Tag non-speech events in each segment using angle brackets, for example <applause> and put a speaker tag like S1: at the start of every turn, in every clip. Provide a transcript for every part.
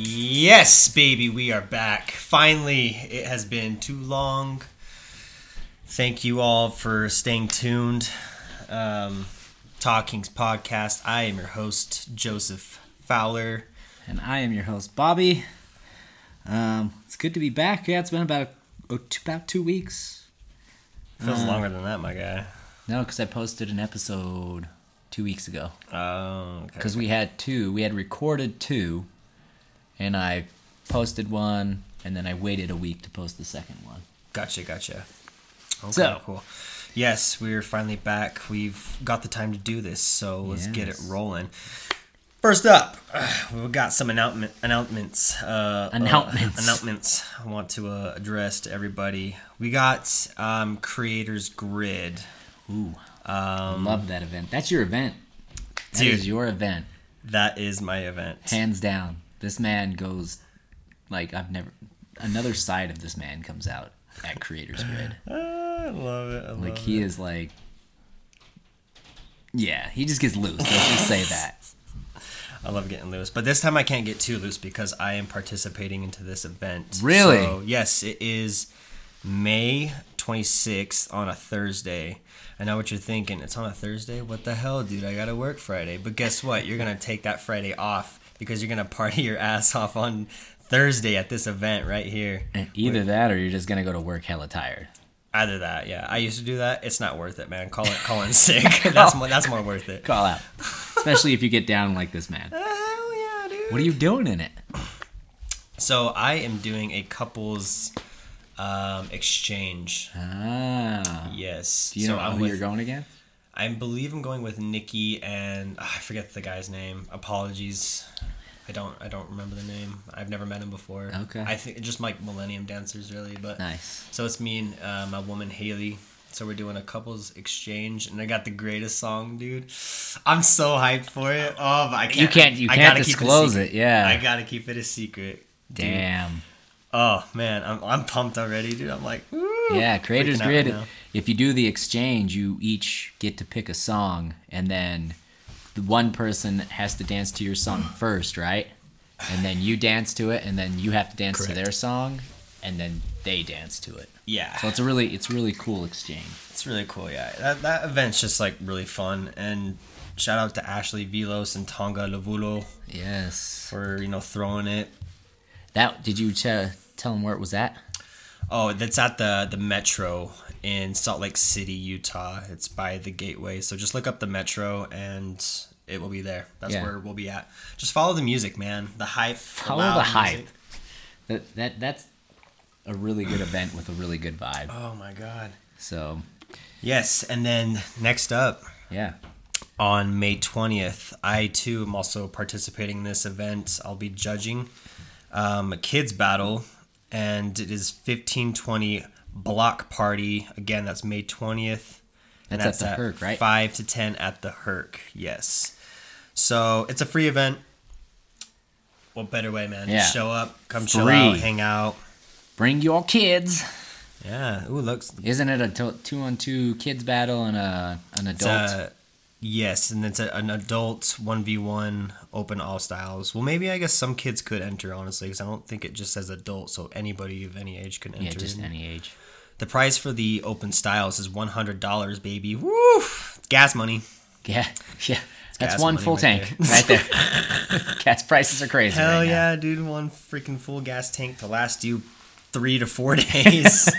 S1: Yes, baby, we are back. Finally, it has been too long. Thank you all for staying tuned. Um, Talkings Podcast. I am your host, Joseph Fowler.
S2: And I am your host, Bobby. Um, it's good to be back. Yeah, it's been about oh, t- about two weeks.
S1: Feels longer than that, my guy.
S2: No, because I posted an episode two weeks ago.
S1: Oh, okay.
S2: Because we had two, we had recorded two, and I posted one, and then I waited a week to post the second one.
S1: Gotcha, gotcha. Okay,
S2: So-
S1: cool. Yes, we're finally back. We've got the time to do this, so let's get it
S2: Yes.
S1: rolling. First up, <sighs> we've got some announcement, announcements. Uh, uh,
S2: Announcements.
S1: announcements I want to uh, address to everybody. We got um, Creators Grid.
S2: Ooh, um, love that event. That's your event. That
S1: Dude.
S2: is your event,
S1: That is my event.
S2: hands down. This man goes like I've never. Another side of this man comes out at Creators Grid.
S1: I love it. I love
S2: Like he is like, yeah, he just gets loose. Let's just say that.
S1: I love getting loose, but this time I can't get too loose because I am participating into this event.
S2: Really?
S1: So, yes, it is May 26th on a Thursday. I know what you're thinking. It's on a Thursday. What the hell, dude? I gotta work Friday. But guess what? You're gonna take that Friday off because you're gonna <laughs> party your ass off on Thursday at this event right here.
S2: <laughs> Either that, or you're just gonna go to work hella tired.
S1: Either that, yeah. I used to do that. It's not worth it, man. Call it, call in sick. <laughs>
S2: <laughs>
S1: that's more, that's more worth it.
S2: Call out, <laughs> especially if you get down like this man.
S1: Hell yeah, dude.
S2: What are you doing in it?
S1: So I am doing a couples um, exchange.
S2: Ah,
S1: Yes.
S2: do you
S1: so
S2: know
S1: I'm
S2: who
S1: with,
S2: you're going again?
S1: I believe I'm going with Nikki and ah, I forget the guy's name. Apologies. I don't. I don't remember the name. I've never met him before.
S2: Okay.
S1: I think just like Millennium Dancers, really. But
S2: Nice.
S1: so it's me and uh, my woman Haley. So we're doing a couples exchange, and I got the greatest song, dude. I'm so hyped for it. Oh, but I can't.
S2: You can't. You
S1: I
S2: can't
S1: gotta keep a
S2: disclose
S1: secret.
S2: it. Yeah.
S1: I gotta keep it a secret. dude.
S2: Damn.
S1: Oh man, I'm, I'm pumped already, dude. I'm like, woo.
S2: Yeah,
S1: Freaking
S2: Creators
S1: out right
S2: Grid.
S1: now.
S2: if you do the exchange, you each get to pick a song, and then the one person has to dance to
S1: <gasps>
S2: your song first, right? And then you dance to it, and then you have to dance to
S1: Correct.
S2: their song, and then they dance to it.
S1: Yeah,
S2: So it's a really, it's a really cool exchange.
S1: it's really cool. Yeah, that, that event's just like really fun. And shout out to Ashley Velos and Tonga Lavulo
S2: Yes.
S1: for you know throwing it.
S2: That did you t- tell them where it was at?
S1: Oh, that's at the the Metro in Salt Lake City, Utah. It's by the Gateway. So just look up the Metro and. It will be there. That's
S2: Yeah.
S1: where we'll be at. Just follow the music, man. The hype.
S2: Follow
S1: loud
S2: the hype.
S1: music.
S2: That that that's a really good event with a really good vibe.
S1: Oh my god.
S2: So
S1: Yes, and then next up,
S2: yeah,
S1: on May 20th. I too am also participating in this event. I'll be judging um, a kids battle, and it is 1520 block party. Again, that's May 20th. and
S2: That's at the Herc, right?
S1: 5 to 10 at the Herc, yes. So it's a free event. What better way, man?
S2: Yeah.
S1: Just show up, come chill
S2: Free.
S1: out, hang out.
S2: bring your kids.
S1: Yeah. Ooh, looks.
S2: Isn't it a to- two on two kids battle and a an
S1: It's
S2: adult?
S1: a, yes, and it's a, an adult one v one open all styles. Well, maybe I guess some kids could enter honestly, because I don't think it just says adult, so anybody of any age can enter.
S2: yeah, just
S1: in.
S2: any age.
S1: The price for the open styles is one hundred dollars, baby. Woo! It's gas money.
S2: Yeah, <laughs> yeah. That's
S1: gas
S2: one
S1: money
S2: full
S1: right
S2: tank
S1: there.
S2: right there.
S1: <laughs>
S2: gas prices are crazy.
S1: Hell
S2: right now.
S1: yeah, dude! One freaking full gas tank to last you three to four <laughs>
S2: <laughs>
S1: days.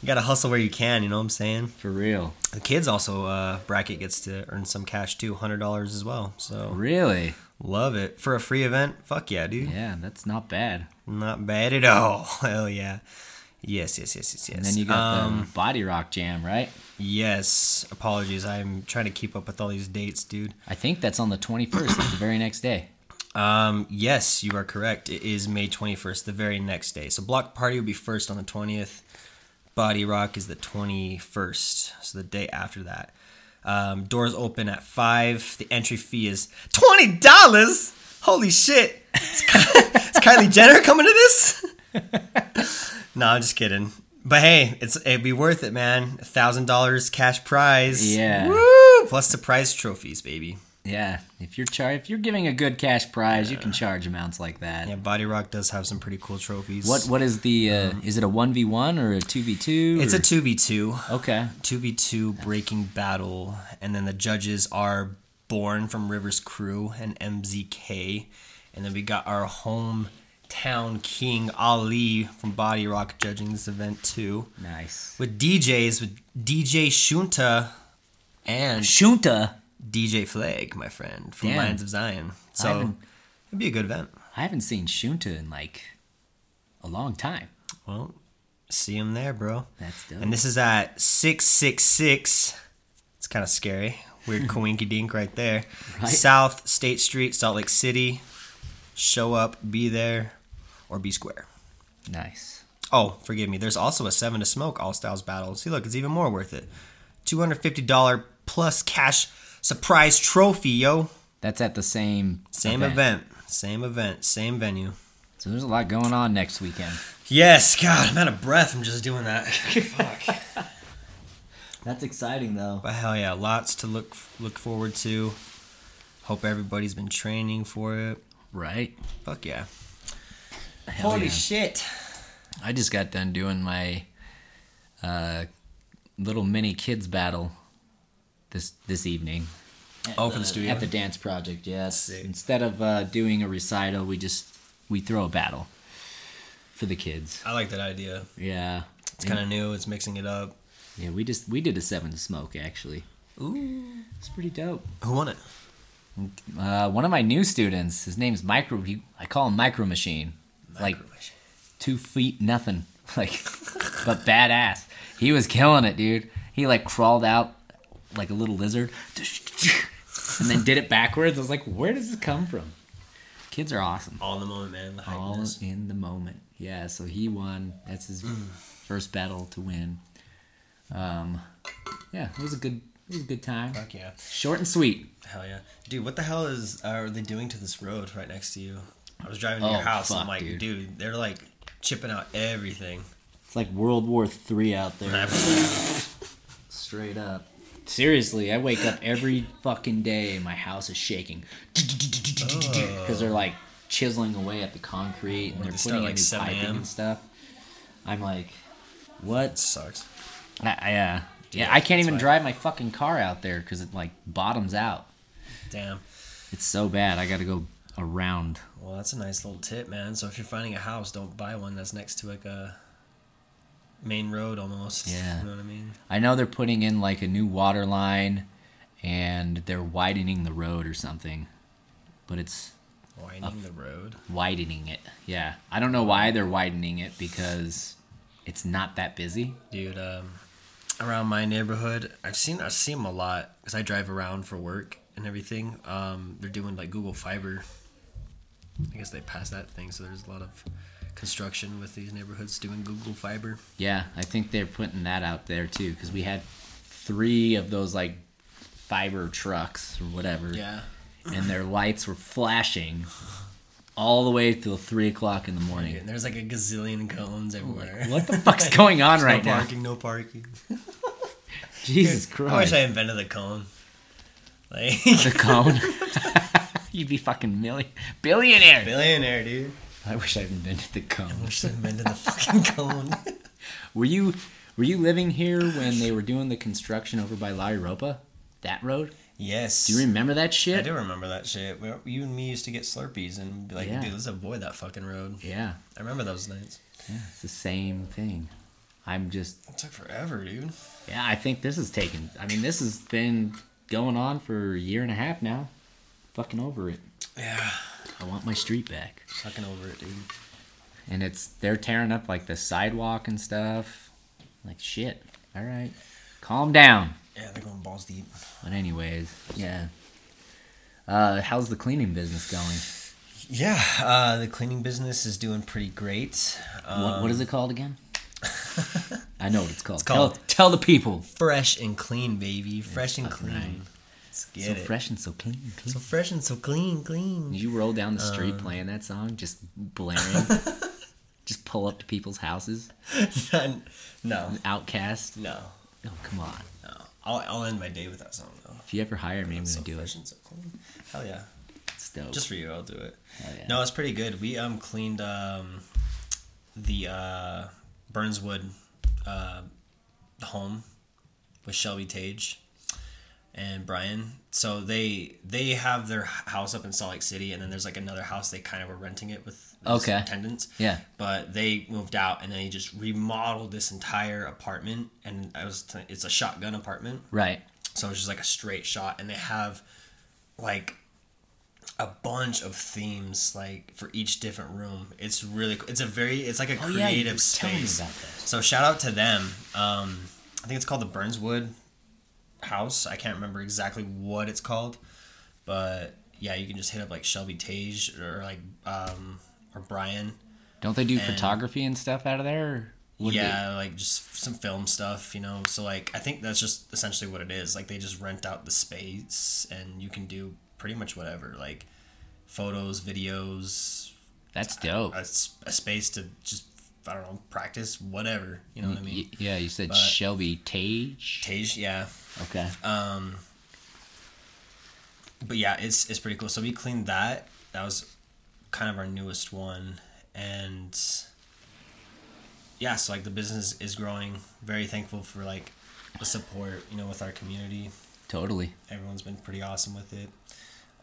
S1: you gotta hustle where you can. You know what I'm saying?
S2: for real.
S1: The kids also uh, bracket gets to earn some cash too, hundred dollars as well. So
S2: Really?
S1: love it for a free event. Fuck yeah, dude.
S2: Yeah, that's not bad.
S1: Not bad at all. <laughs> Hell yeah. Yes, yes, yes, yes, yes.
S2: And then you got
S1: um,
S2: the body rock jam, right?
S1: yes. Apologies, I'm trying to keep up with all these dates, dude.
S2: I think that's on the twenty first. the very next day.
S1: Um, yes, you are correct. It is May 21st, the very next day. So block party will be first on the 20th. Body rock is the 21st, so the day after that. Um, doors open at five. The entry fee is twenty dollars. Holy shit! Is, Ky- is Kylie Jenner coming to this? <laughs> no, I'm just kidding. But hey, it's it'd be worth it, man. thousand dollars cash prize.
S2: Yeah.
S1: Woo! Plus the prize trophies, baby.
S2: Yeah, if you're char- if you're giving a good cash prize, you can charge amounts like that.
S1: Yeah, Body Rock does have some pretty cool trophies.
S2: What what is the uh, is it a one v one or a two v two?
S1: Um, It's a 2v2.
S2: okay.
S1: 2v2 breaking battle, and then the judges are Born from Rivers Crew and MZK. And then we got our hometown king Ali from Body Rock judging this event too.
S2: Nice.
S1: With DJs, with DJ Shunta and
S2: Shunta.
S1: DJ Flag, my friend, from
S2: Damn.
S1: Lions of Zion.
S2: I
S1: So
S2: haven't-
S1: it'd be a good event.
S2: I haven't seen Shunta in like a long time.
S1: Well, see him there, bro.
S2: That's dope.
S1: And this is at 666. It's kind of scary. Weird coinky dink right there.
S2: Right.
S1: South State Street, Salt Lake City. Show up, be there, or be square.
S2: nice.
S1: Oh, forgive me. There's also a Seven to Smoke All Styles battle. See, look, it's even more worth it. $250 plus cash surprise trophy, yo.
S2: That's at the same
S1: Same event. Same event. Same venue.
S2: So there's a lot going on next weekend.
S1: Yes, God, I'm out of breath. I'm just doing that. <laughs> Fuck.
S2: That's exciting though.
S1: But hell yeah, lots to look look forward to. Hope everybody's been training for it.
S2: Right.
S1: Fuck yeah!
S2: Hell yeah.
S1: shit!
S2: I just got done doing my uh, little mini kids battle this this evening.
S1: Oh, for the studio?
S2: at the dance project. Yes.
S1: Sick.
S2: Instead of uh, doing a recital, we just we throw a battle for the kids.
S1: I like that idea.
S2: Yeah.
S1: It's kind of new. It's mixing it up.
S2: Yeah, we just we did a seven to smoke actually.
S1: Ooh,
S2: It's pretty dope.
S1: who won it?
S2: Uh, one of my new students, his name's Micro. He, I call him Micro Machine. Like two feet nothing, <laughs> like but badass. He was killing it, dude. He like crawled out like a little lizard, and then did it backwards. I was like, where does this come from? Kids are awesome.
S1: all in the moment, man. The
S2: all
S1: hypeness.
S2: in the moment. Yeah, so he won. That's his first battle to win. Um, yeah, it was a good, it was a good time.
S1: Fuck yeah!
S2: Short and sweet.
S1: Hell yeah, dude. What the hell is uh, are they doing to this road right next to you? I was driving to
S2: Oh,
S1: your house.
S2: fuck,
S1: I'm like,
S2: dude.
S1: dude. they're like chipping out
S2: <laughs>
S1: everything.
S2: It's like World War Three out there, straight up. Seriously, I wake up every fucking day and my house is shaking because they're like chiseling away at the concrete and
S1: What,
S2: they're
S1: they
S2: putting
S1: start
S2: in
S1: like
S2: new
S1: 7
S2: piping
S1: a.m.?
S2: and stuff. I'm like, what?
S1: Sucks.
S2: I, I, uh, yeah,
S1: Yeah,
S2: I can't
S1: that's
S2: even
S1: why.
S2: drive my fucking car out there because it like bottoms out.
S1: Damn.
S2: It's so bad. I got to go around.
S1: Well, that's a nice little tip, man. So if you're finding a house, don't buy one that's next to like a main road almost.
S2: Yeah.
S1: You know what I mean?
S2: I know they're putting in like a new water line, and they're widening the road or something, but it's
S1: Winding the road.
S2: widening it. Yeah, I don't know why they're widening it because it's not that busy.
S1: Dude, um, around my neighborhood, I've seen I've seen them a lot because I drive around for work and everything. Um, they're doing like Google Fiber. I guess they passed that thing, so there's a lot of construction with these neighborhoods doing Google Fiber.
S2: Yeah, I think they're putting that out there too because we had three of those like fiber trucks or whatever.
S1: Yeah. <clears throat>
S2: and their lights were flashing all the way till three o'clock in the morning.
S1: And there's like a gazillion cones everywhere.
S2: What
S1: <laughs>
S2: the fuck's going on
S1: There's
S2: right
S1: no
S2: now?
S1: parking, no parking.
S2: Jesus
S1: I wish
S2: Christ!
S1: I invented the cone. Like
S2: <laughs>
S1: <laughs>
S2: The cone. <laughs> You'd be fucking million billionaire.
S1: billionaire, dude.
S2: I wish I invented the
S1: I
S2: cone.
S1: wish I invented the fucking <laughs> cone.
S2: Were you were you living here when they were doing the construction over by La Europa? That road?
S1: yes.
S2: Do you remember that shit?
S1: I do remember that shit. We, you and me used to get Slurpees and be like,
S2: Yeah.
S1: dude, let's avoid that fucking road.
S2: Yeah,
S1: I remember those nights.
S2: yeah, it's the same thing. I'm just
S1: It took forever, dude.
S2: yeah. I think this is taking. I mean, this has been going on for a year and a half now. Fucking over it.
S1: Yeah.
S2: I want my street back.
S1: Fucking over it, dude.
S2: And it's they're tearing up like the sidewalk and stuff. Like shit. All right. Calm down.
S1: Yeah, they're going balls deep.
S2: But anyways, yeah. Uh, how's the cleaning business going?
S1: Yeah, uh, the cleaning business is doing pretty great. Um,
S2: what, what is it
S1: <laughs>
S2: called again? I know what it's called.
S1: called-
S2: tell, tell the people.
S1: Fresh and clean, baby. Fresh and
S2: fucking
S1: clean.
S2: right.
S1: Let's get
S2: so
S1: it.
S2: fresh and so clean. clean.
S1: So fresh and so clean, clean.
S2: you roll down the
S1: Um,
S2: street playing that song, just
S1: <laughs>
S2: blaring. just pull up to people's houses.
S1: <laughs> no,
S2: Outcast.
S1: no,
S2: Oh come on.
S1: no. I'll, I'll end my day with that song though.
S2: If you ever hire me, I'm
S1: It's
S2: gonna
S1: so
S2: do
S1: fresh
S2: it.
S1: and so clean. Hell yeah.
S2: It's dope.
S1: Just for you, I'll do it.
S2: Hell yeah.
S1: No, it's pretty good. We um cleaned um the uh Burnswood uh home with Shelby Tage and Brian. So they they have their house up in Salt Lake City and then there's like another house they kind of were renting it with just
S2: Okay.
S1: tenants.
S2: Yeah.
S1: But they moved out and they just remodeled this entire apartment and I was t- it's a shotgun apartment.
S2: Right.
S1: So it's just like a straight shot, and they have like a bunch of themes like for each different room. It's really co- it's a very it's like a
S2: Oh, yeah, you
S1: creative
S2: were telling me
S1: space.
S2: about this.
S1: So shout out to them. Um, I think it's called the Burnswood House. I can't remember exactly what it's called, but yeah, you can just hit up like Shelby Tage or like um, or Brian.
S2: Don't they do
S1: And-
S2: photography and stuff out of there? Or would they-
S1: yeah, like just some film stuff, you know. So like I think that's just essentially what it is. Like they just rent out the space and you can do pretty much whatever, like photos, videos,
S2: That's dope.
S1: a, s- a space to just I don't know, practice whatever, you know what I mean?
S2: Y- yeah, you said
S1: But- Uh,
S2: Shelby Tage.
S1: Tage, yeah.
S2: Okay.
S1: But yeah, it's it's pretty cool. So we cleaned that. That was kind of our newest one and yeah, so like the business is growing. Very thankful for like the support, you know, with our community.
S2: totally.
S1: everyone's been pretty awesome with it.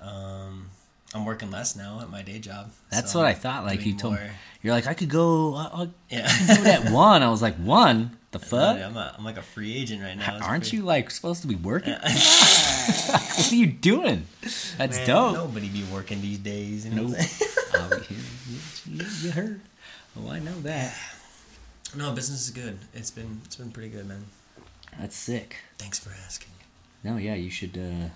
S1: Um, I'm working less now at my day job.
S2: That's
S1: so
S2: what I
S1: I'm
S2: thought. Like
S1: doing
S2: you told me,
S1: more. <laughs>
S2: you're like I could go. I, I
S1: Yeah.
S2: could do it at one. I was like one. The fuck?
S1: I'm, a, I'm like a free agent right now. It's
S2: Aren't
S1: pretty-
S2: you like supposed to be working? <laughs> what are you doing? That's
S1: Man,
S2: dope.
S1: Nobody be working these days. You know what I'm
S2: Nope.
S1: saying? <laughs>
S2: Oh, yeah, yeah, you heard. Oh, I know that.
S1: no, business is good. It's been it's been pretty good, man.
S2: That's sick.
S1: Thanks for asking.
S2: No, yeah, you should uh,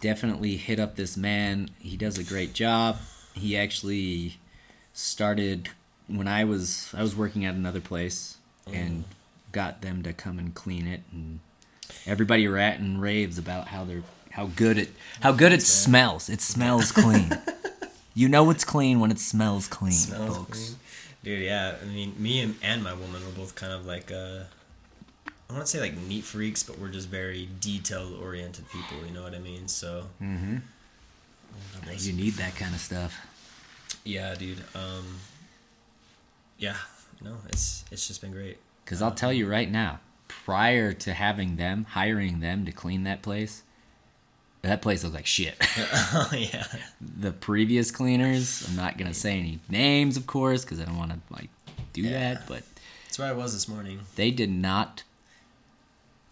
S2: definitely hit up this man. He does a great job. He actually started when I was I was working at another place and got them to come and clean it and everybody rat and raves about how they're how good it how good it smells. It smells clean. you know it's clean when it smells clean,
S1: Smells
S2: folks.
S1: clean. Dude, yeah. I mean, me and, and my woman were both kind of like, uh, I want to say like neat freaks, but we're just very detail oriented people. You know what I mean? So. Mm-hmm.
S2: You need that kind of stuff.
S1: Yeah, dude. Um, yeah, no, it's it's just been great. <laughs>
S2: Because I'll tell you right now, prior to having them, hiring them to clean that place, that place looked like shit. <laughs>
S1: oh yeah,
S2: the previous cleaners, I'm not going to say any names, of course, because I don't want to like do
S1: Yeah.
S2: that, but
S1: that's where I was this morning.
S2: they did not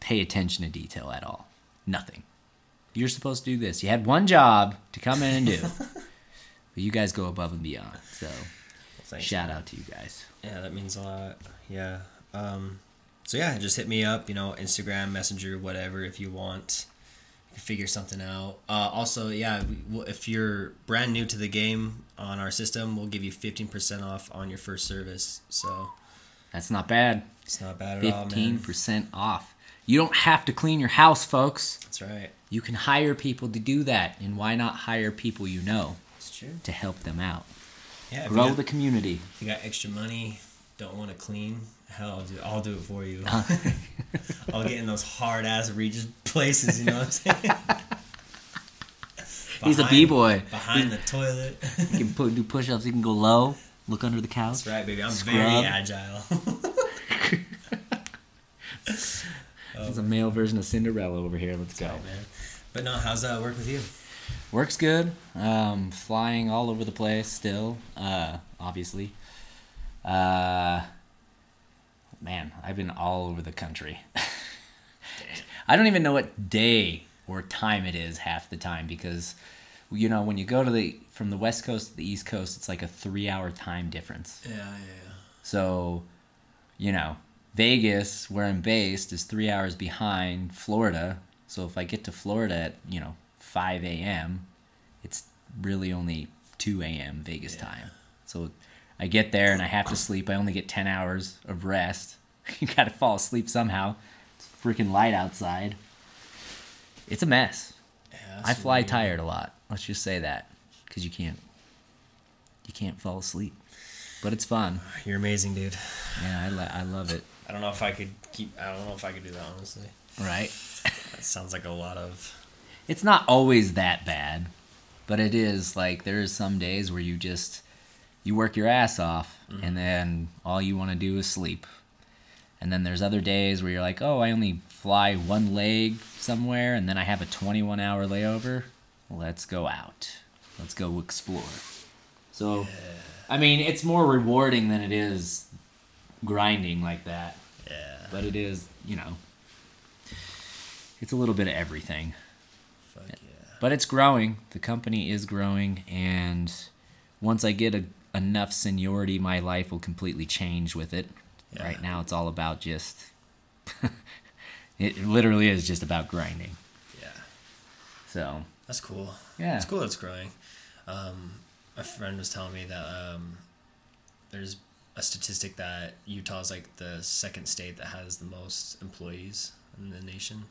S2: pay attention to detail at all. Nothing. You're supposed to do this. You had one job to come in and do.
S1: <laughs>
S2: but you guys go above and beyond. So,
S1: Thanks.
S2: shout out to you guys.
S1: Yeah, that means a lot. Yeah. Um, so yeah, just hit me up. You know, Instagram, Messenger, whatever, if you want. You can Figure something out. Uh, also, yeah, we, we'll- if you're brand new to the game on our system, we'll give you 15% off on your first service. So
S2: That's not bad.
S1: it's not bad at all, man.
S2: 15% off. You don't have to clean your house, folks.
S1: That's right.
S2: You can hire people to do that. And why not hire people you know
S1: It's true.
S2: to help them out?
S1: Yeah. if you
S2: Grow
S1: got-
S2: the community.
S1: If you got extra money, don't want to clean, hell, dude, I'll do it for you.
S2: Uh-huh.
S1: <laughs> I'll get in those hard ass Regis places, you know what I'm saying?
S2: <laughs> He's a
S1: Behind-
S2: B-boy.
S1: Behind the toilet. <laughs>
S2: You can put, do push ups. You can go low, look under the couch.
S1: That's right, baby. I'm
S2: Scrub.
S1: very agile. <laughs>
S2: It's a male version of Cinderella over here. Let's go.
S1: man. But no, how's that work with you?
S2: Works good. Um, flying all over the place still, uh, obviously. Uh, man, I've been all over the country. <laughs> I don't even know what day or time it is half the time because, you know, when you go to the from the west coast to the east coast, it's like a three hour time difference.
S1: Yeah, yeah,
S2: So, you know, Vegas, where I'm based, is three hours behind Florida. So if I get to Florida at, you know, 5 a.m., it's really only 2 a.m. Vegas time. So I get there and I have to sleep. I only get 10 hours of rest. <laughs> you got to fall asleep somehow. It's freaking light outside. It's a mess.
S1: yeah.
S2: I fly tired a lot. Let's just say that cuz you can't you can't fall asleep. But it's fun.
S1: You're amazing, dude.
S2: Yeah, I, lo- I love it.
S1: I don't know if I could keep. I don't know if I could do that honestly.
S2: right?
S1: That sounds like a lot of.
S2: It's not always that bad, but it is like there is some days where you just you work your ass off and then all you want to do is sleep. And then there's other days where you're like, "Oh, I only fly one leg somewhere and then I have a 21-hour layover. Let's go out. Let's go explore." So I mean, it's more rewarding than it is grinding like that
S1: Yeah.
S2: but it is you know it's a little bit of everything
S1: Fuck yeah.
S2: but it's growing the company is growing and once i get a, enough seniority my life will completely change with it
S1: Yeah.
S2: right now it's all about just <laughs> it literally is just about grinding
S1: Yeah.
S2: so
S1: That's cool.
S2: Yeah.
S1: It's cool that it's growing. Um, a friend was telling me that um, there's a statistic that Utah's like the second state that has the most employees in the nation.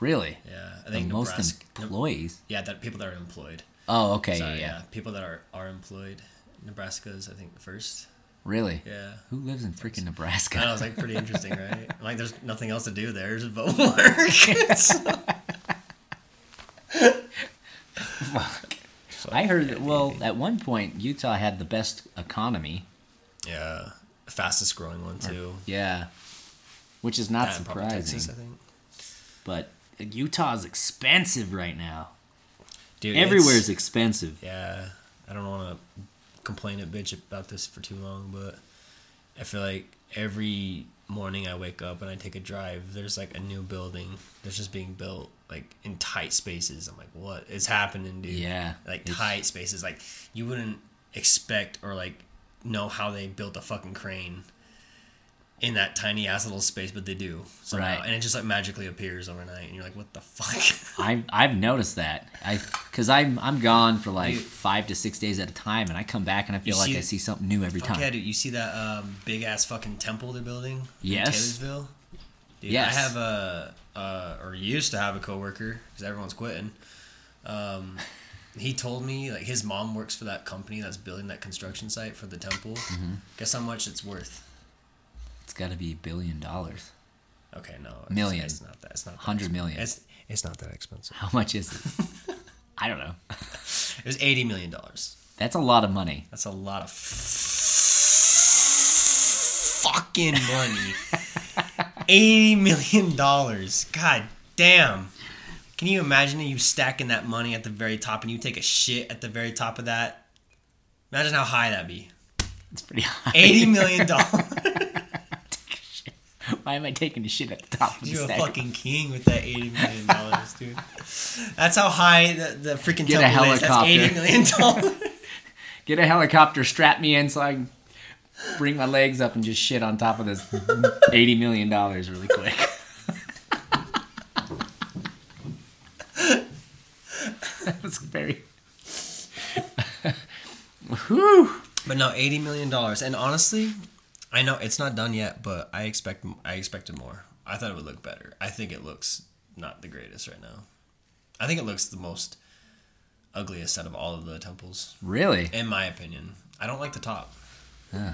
S2: really
S1: Yeah. I
S2: the
S1: think
S2: most
S1: Nebraska.
S2: employees
S1: yeah, that people that are employed.
S2: oh okay
S1: Sorry,
S2: yeah, yeah.
S1: People that are, are employed. Nebraska's, I think, first.
S2: really
S1: Yeah.
S2: who lives in freaking
S1: I
S2: nebraska
S1: was like, pretty
S2: <laughs>
S1: interesting, right? Like, there's nothing else to do there is <laughs> but work.
S2: <laughs>
S1: Oh.
S2: i heard that well at one point utah had the best economy
S1: yeah. Fastest growing one, too.
S2: Yeah. Which is not
S1: Yeah, probably Texas, I
S2: surprising.
S1: think.
S2: But Utah's expensive right now.
S1: Dude, it's-
S2: Everywhere's expensive.
S1: yeah, I don't want to complain and bitch about this for too long, but I feel like every morning I wake up and I take a drive, there's like a new building that's just being built like in tight spaces. I'm like, what is happening, dude?
S2: Yeah,
S1: like
S2: it's-
S1: tight spaces. Like you wouldn't expect or like know how they built a fucking crane in that tiny ass little space, but they do somehow,
S2: Right.
S1: and it just like magically appears overnight, and you're like, what the fuck? <laughs>
S2: I've, I've noticed that. I Because I'm, I'm gone for like five to six days at a time, and I come back and I feel
S1: You
S2: like
S1: see-
S2: I see something new every
S1: Fuck
S2: time.
S1: yeah, dude. You see that um, big ass fucking temple they're building
S2: Yes.
S1: in Taylorsville? Dude,
S2: Yes.
S1: I have a, uh, or used to have a coworker because everyone's quitting. Um, he told me like his mom works for that company that's building that construction site for the temple.
S2: Mm-hmm.
S1: Guess how much it's worth?
S2: It's got to be a billion dollars.
S1: Okay, no, it's,
S2: Million.
S1: It's not that. It's not that
S2: Hundred
S1: expen-
S2: million.
S1: It's it's not that expensive.
S2: How much is it?
S1: <laughs>
S2: I don't know.
S1: It was eighty million dollars.
S2: That's a lot of money.
S1: That's a lot of fucking
S2: <laughs>
S1: money. Eighty million dollars. God damn. Can you imagine you stacking that money at the very top and you take a shit at the very top of that? Imagine how high that'd be.
S2: It's pretty high.
S1: Eighty
S2: <laughs>
S1: million dollars.
S2: Why am I taking the shit at the top of the
S1: You're a
S2: stack?
S1: fucking king with that eighty million dollars, dude. That's how high the, the freaking
S2: Get a
S1: temple is. That's
S2: helicopter.
S1: eighty million dollars.
S2: Get a helicopter, strap me in so I can bring my legs up and just shit on top of this eighty million dollars really quick. <laughs> that was very. <laughs> Whew.
S1: But no, eighty million dollars. And honestly, I know it's not done yet, but I expect I expected more. I thought it would look better. I think it looks not the greatest right now. I think it looks the most ugliest out of all of the temples,
S2: Really?
S1: in my opinion. I don't like the top. It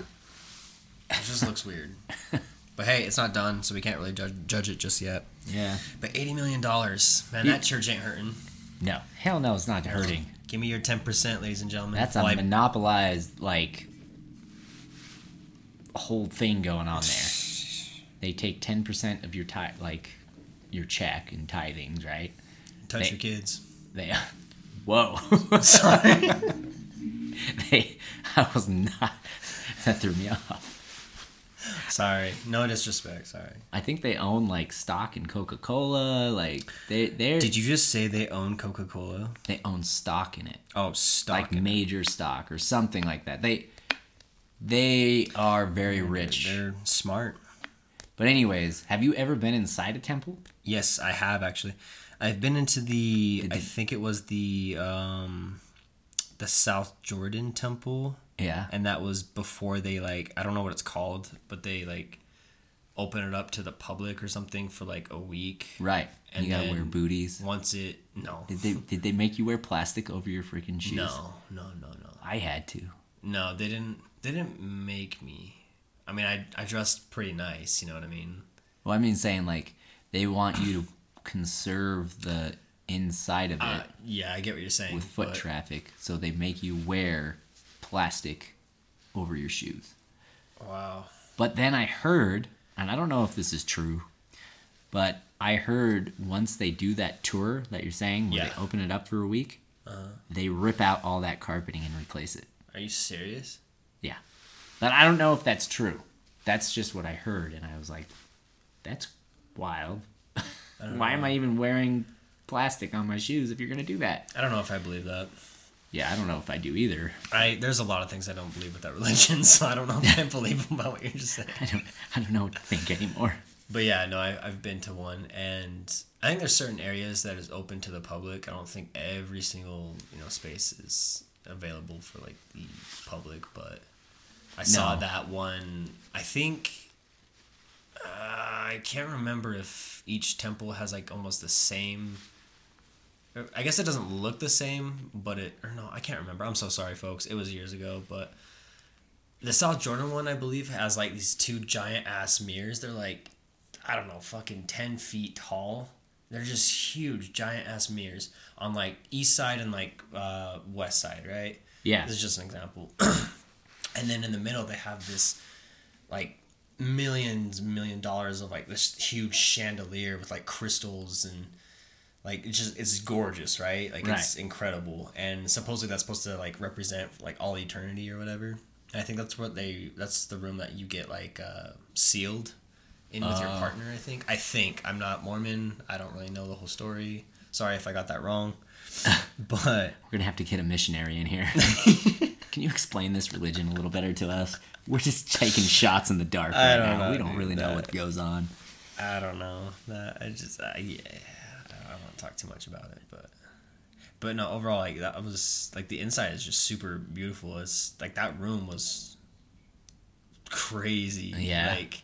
S1: just looks
S2: <laughs>
S1: weird. But hey, it's not done, so we can't really judge, judge it just yet.
S2: Yeah.
S1: But eighty million dollars, man, that church ain't hurting.
S2: No. Hell no, it's not hurting.
S1: Give me your ten percent, ladies and gentlemen.
S2: That's a
S1: While I-
S2: monopolized like whole thing going on there. They take ten percent of your tithe, like your check and tithings, right?
S1: touch
S2: they-
S1: your kids.
S2: They, <laughs> whoa, <laughs>
S1: Sorry.
S2: they, I was not. <laughs> That threw me off.
S1: Sorry. No disrespect. Sorry.
S2: I think they own like stock in Coca Cola. Like they, they,
S1: Did you just say they own Coca Cola?
S2: they own stock in it,
S1: Oh, stock.
S2: like major stock or something like that. They, they are very rich.
S1: They're smart.
S2: But anyways, have you ever been inside a temple?
S1: Yes, I have actually. I've been into the. I
S2: they-
S1: think it was the um, the South Jordan Temple,
S2: Yeah.
S1: and that was before they like I don't know what it's called, but they like open it up to the public or something for like a week.
S2: Right.
S1: And
S2: you gotta wear
S1: then-
S2: booties.
S1: Once it no
S2: Did they did they make you wear plastic over your freaking shoes?
S1: no no no no
S2: I had to.
S1: no they didn't they didn't make me. I mean I I dressed pretty nice, you know what I mean.
S2: Well, I mean saying like They want you to conserve the inside of it
S1: Uh, yeah, I get what you're saying.
S2: with foot
S1: but-
S2: traffic, so they make you wear plastic over your shoes.
S1: Wow.
S2: But then I heard, and I don't know if this is true, but I heard once they do that tour that you're saying, where
S1: Yeah. Uh-huh.
S2: they open it up for a week, they rip out all that carpeting and replace it.
S1: Are you serious?
S2: Yeah. But I don't know if that's true. That's just what I heard, and I was like, that's wild. <laughs> Why am I even wearing plastic on my shoes if you're going to do that?
S1: I don't know if I believe that.
S2: Yeah, I don't know if I do either. <laughs>
S1: I there's a lot of things I don't believe about <laughs> religion, so I don't know
S2: <laughs>
S1: if I believe about what you're just saying.
S2: I don't, I don't know what to think anymore.
S1: But yeah, no, I, I've been to one, and I think there's certain areas that is open to the public. I don't think every single you know space is available for like the public, but I saw
S2: No.
S1: that one. I think uh, I can't remember if each temple has like almost the same. I guess it doesn't look the same, but it or no, I can't remember. I'm so sorry, folks. It was years ago, but the South Jordan one, I believe, has like these two giant ass mirrors. They're like, I don't know, fucking 10 feet tall. They're just huge, giant ass mirrors on like east side and like uh, west side, right?
S2: Yeah.
S1: This is just an example. <clears throat> and then in the middle, they have this like millions, million dollars of like this huge chandelier with like crystals and like it's just it's gorgeous, right? Like it's
S2: Right.
S1: incredible. And supposedly that's supposed to like represent like all eternity or whatever. And I think that's what they that's the room that you get like uh sealed in with your partner, I think. I think. I'm not Mormon. I don't really know the whole story. Sorry if I got that wrong. but
S2: We're going to have to get a missionary
S1: <laughs>
S2: in here. Can you explain this religion a little better to us? We're just taking shots in the dark right
S1: don't
S2: now.
S1: know,
S2: we don't
S1: dude,
S2: really know
S1: that-
S2: what goes on.
S1: I don't know. That I just I, yeah. I don't want to talk too much about it, but but no. Overall, like that was like the inside is just super beautiful. It's like that room was crazy.
S2: Yeah.
S1: Like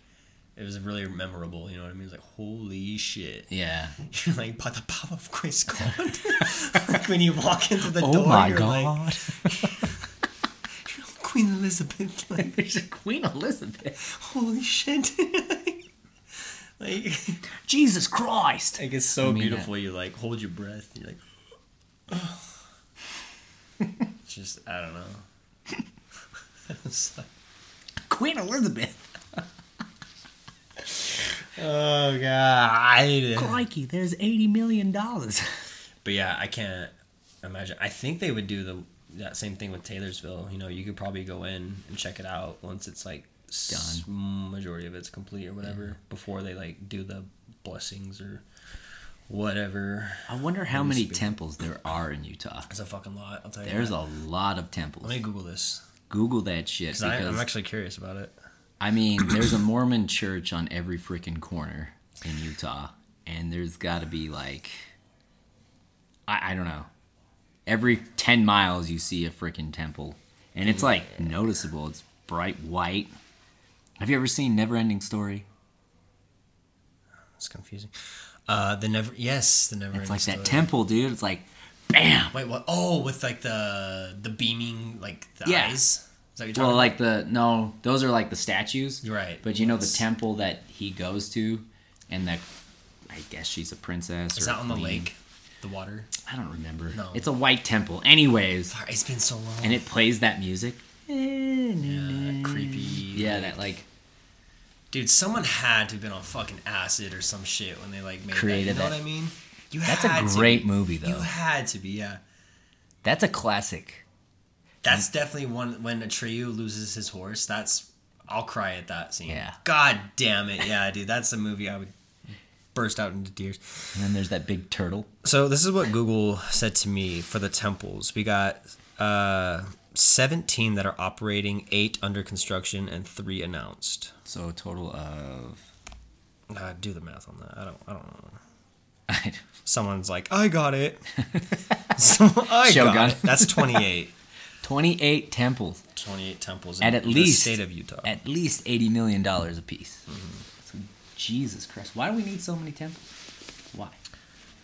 S1: it was really memorable. You know what I mean? It's like holy shit. <laughs>
S2: Yeah.
S1: You're like by the power of Christ God. <laughs> like when you walk into the
S2: Oh
S1: door,
S2: my
S1: you're like
S2: god. <laughs>
S1: Queen Elizabeth. <laughs> Like
S2: There's a Queen Elizabeth.
S1: holy shit. <laughs> like
S2: Jesus Christ.
S1: Like it's so
S2: mean,
S1: beautiful. You like hold your breath. You're like, <sighs> just I don't know. <laughs> It's like-
S2: Queen Elizabeth.
S1: oh god, I hate it.
S2: Crikey, there's 80 million dollars.
S1: But yeah, I can't imagine. I think they would do the that same thing with Taylorsville. You know, you could probably go in and check it out once it's like s- majority of it's complete or whatever before they like do the blessings or whatever.
S2: I wonder how many
S1: Spirit.
S2: temples there are in Utah.
S1: It's a fucking lot. I'll tell you.
S2: There's
S1: that.
S2: a lot of temples.
S1: Let me Google this.
S2: Google that shit
S1: 'Cause I, I'm
S2: because
S1: actually curious about it.
S2: I mean, there's a Mormon church on every freaking corner in Utah, and there's got to be like, I, I don't know. Every 10 miles, you see a freaking temple, and it's like noticeable. It's bright white. Have you ever seen Neverending Story?
S1: It's confusing. Uh, the never. Yes, the never.
S2: It's like
S1: Ending
S2: that
S1: Story.
S2: temple, dude. It's like, bam.
S1: Wait, what? Oh, with like the the beaming, like the
S2: Yeah.
S1: eyes. Is that what you're talking
S2: Well,
S1: about?
S2: like the no, those are like the statues,
S1: You're right.
S2: But you know the
S1: Yes.
S2: temple that he goes to, and that I guess she's a princess.
S1: Is
S2: or
S1: that
S2: a
S1: on the
S2: queen.
S1: lake? The water.
S2: I don't remember.
S1: No.
S2: It's a white temple. Anyways,
S1: Fuck, It's been so long.
S2: and it plays that music.
S1: yeah, creepy.
S2: Yeah, that like
S1: Dude, someone had to have been on fucking acid or some shit when they like made
S2: Created
S1: that. You know
S2: that.
S1: what I mean? You
S2: that's a
S1: had to
S2: great
S1: be.
S2: movie
S1: You
S2: though.
S1: had to be. Yeah.
S2: That's a classic.
S1: That's
S2: Mm.
S1: definitely one when Atreyu loses his horse. That's I'll cry at that scene.
S2: Yeah.
S1: God damn it, yeah, dude. That's a movie I would burst out into tears.
S2: And then there's that big turtle.
S1: So this is what Google said to me for the temples. We got uh, 17 that are operating, eight under construction, and three announced.
S2: So a total of <laughs>
S1: Uh, do the math on that. I don't. I don't know. Someone's like, I got it.
S2: <laughs>
S1: <laughs> so, I
S2: Shogun.
S1: got it. That's
S2: <laughs>
S1: 28.
S2: 28 temples
S1: 28 temples
S2: At
S1: in
S2: at
S1: the
S2: least-
S1: state of Utah.
S2: at least 80 million dollars a piece.
S1: Mm-hmm.
S2: So, Jesus Christ, why do we need so many temples? Why?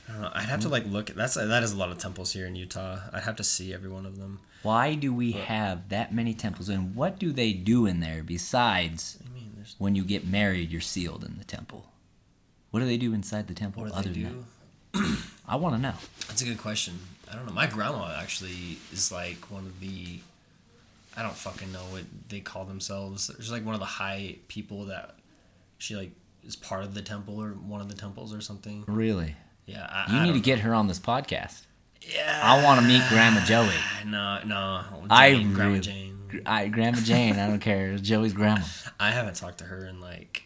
S1: I don't know. Uh, I'd have to like look. That's that is a lot of temples here in Utah. I'd have to see every one of them.
S2: Why do we have that many temples and what do they do in there besides
S1: I mean, there's
S2: when you get married, you're sealed in the temple. What do they do inside the temple?
S1: What do
S2: other
S1: they
S2: than
S1: do?
S2: that? I want to know.
S1: That's a good question. I don't know. My grandma actually is like one of the. I don't fucking know what they call themselves. There's like one of the high people that she like is part of the temple or one of the temples or something.
S2: Really,
S1: Yeah, I,
S2: you
S1: I
S2: need to
S1: don't-
S2: get her on this podcast.
S1: Yeah,
S2: I want to meet Grandma Joey.
S1: No, no. Jane,
S2: I
S1: Grandma
S2: really-
S1: Jane.
S2: I, Grandma Jane. <laughs> I don't care. It's Joey's grandma.
S1: I haven't talked to her in like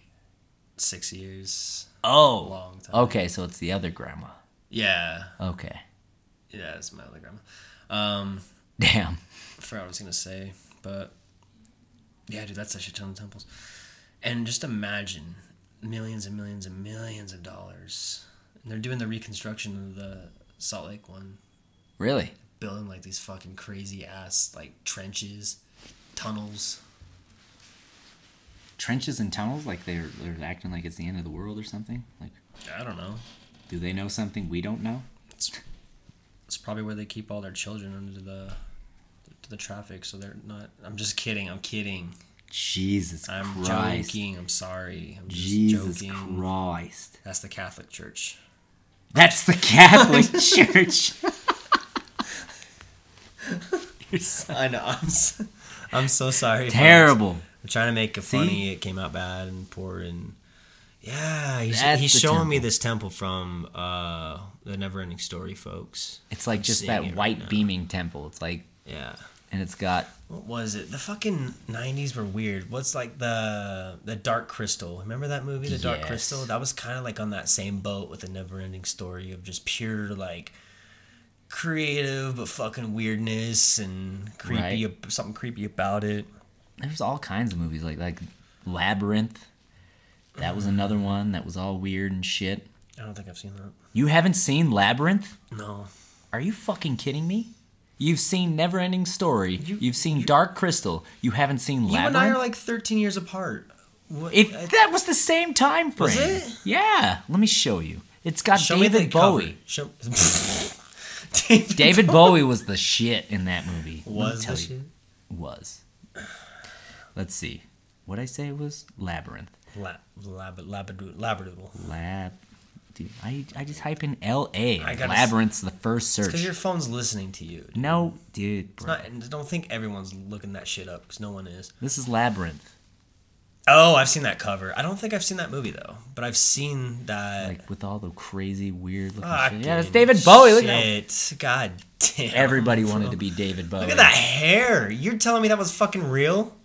S1: six years.
S2: Oh,
S1: Long time.
S2: okay. So it's the other grandma.
S1: Yeah,
S2: Okay.
S1: yeah. It's my other grandma. Um,
S2: Damn.
S1: I forgot what I was gonna say, but yeah, dude, that's a shit ton of temples. And just imagine millions and millions and millions of dollars. And they're doing the reconstruction of the Salt Lake one,
S2: Really?
S1: building like these fucking crazy ass like trenches, tunnels.
S2: Trenches and tunnels? Like they're they're acting like it's the end of the world or something? Like,
S1: I don't know.
S2: do they know something we don't know?
S1: It's, it's probably where they keep all their children under the to the traffic, so they're not. I'm just kidding. I'm kidding.
S2: Jesus
S1: I'm
S2: Christ.
S1: joking. I'm sorry. I'm just
S2: Jesus
S1: joking.
S2: Christ.
S1: That's the Catholic Church.
S2: That's
S1: <laughs>
S2: the Catholic Church. You're so
S1: I know. I'm so, I'm so sorry. if I was-
S2: <laughs> terrible.
S1: I'm trying to make it
S2: See?
S1: funny. It came out bad and poor and yeah. He's,
S2: That's
S1: he's
S2: the
S1: showing me
S2: temple.
S1: this temple from uh, the Neverending Story, folks.
S2: It's like just
S1: seeing it
S2: that
S1: right
S2: white
S1: now.
S2: beaming temple. It's like,
S1: Yeah.
S2: and it's got
S1: What was it? The fucking '90s were weird. What's like the the Dark Crystal? Remember that movie, The Dark
S2: Yes.
S1: Crystal? That was kind of like on that same boat with the Neverending Story of just pure like creative but fucking weirdness and creepy
S2: Right.
S1: ab- something creepy about it.
S2: there's all kinds of movies like like Labyrinth. That was another
S1: Mm.
S2: one that was all weird and shit.
S1: I don't think I've seen that.
S2: You haven't seen Labyrinth?
S1: No.
S2: Are you fucking kidding me? You've seen Neverending Story.
S1: You-
S2: You, have seen Dark Crystal. You haven't seen
S1: You and I
S2: Labyrinth.
S1: are like 13 years apart. What, uh,
S2: it,
S1: I-
S2: that was the same time
S1: Was
S2: frame.
S1: it?
S2: Yeah. Let me show you. It's got
S1: show me the
S2: David
S1: cover.
S2: Bowie.
S1: Show, <laughs> David,
S2: David Bowie was the shit in that movie. Let me
S1: <laughs> was
S2: tell
S1: this
S2: you.
S1: shit?
S2: Was. Let's see. What I say was Labyrinth.
S1: La, lab, labradoodle. labradoodle.
S2: Lab. Dude, I, I just hype in L.A.
S1: I
S2: and
S1: gotta s-
S2: Labyrinth's the first
S1: Because
S2: search.
S1: your phone's listening to you. dude.
S2: No, dude. bro.
S1: Not, and don't think everyone's looking that shit up because no one is.
S2: This is Labyrinth.
S1: Oh, I've seen that cover. I don't think I've seen that movie though, but I've seen that.
S2: Like with all the crazy, weird looking shit.
S1: fucking
S2: Yeah, it's David Bowie. Look at how
S1: Ah, shit. God damn.
S2: Everybody wanted to be David Bowie.
S1: Look at that hair. You're telling me that was fucking real?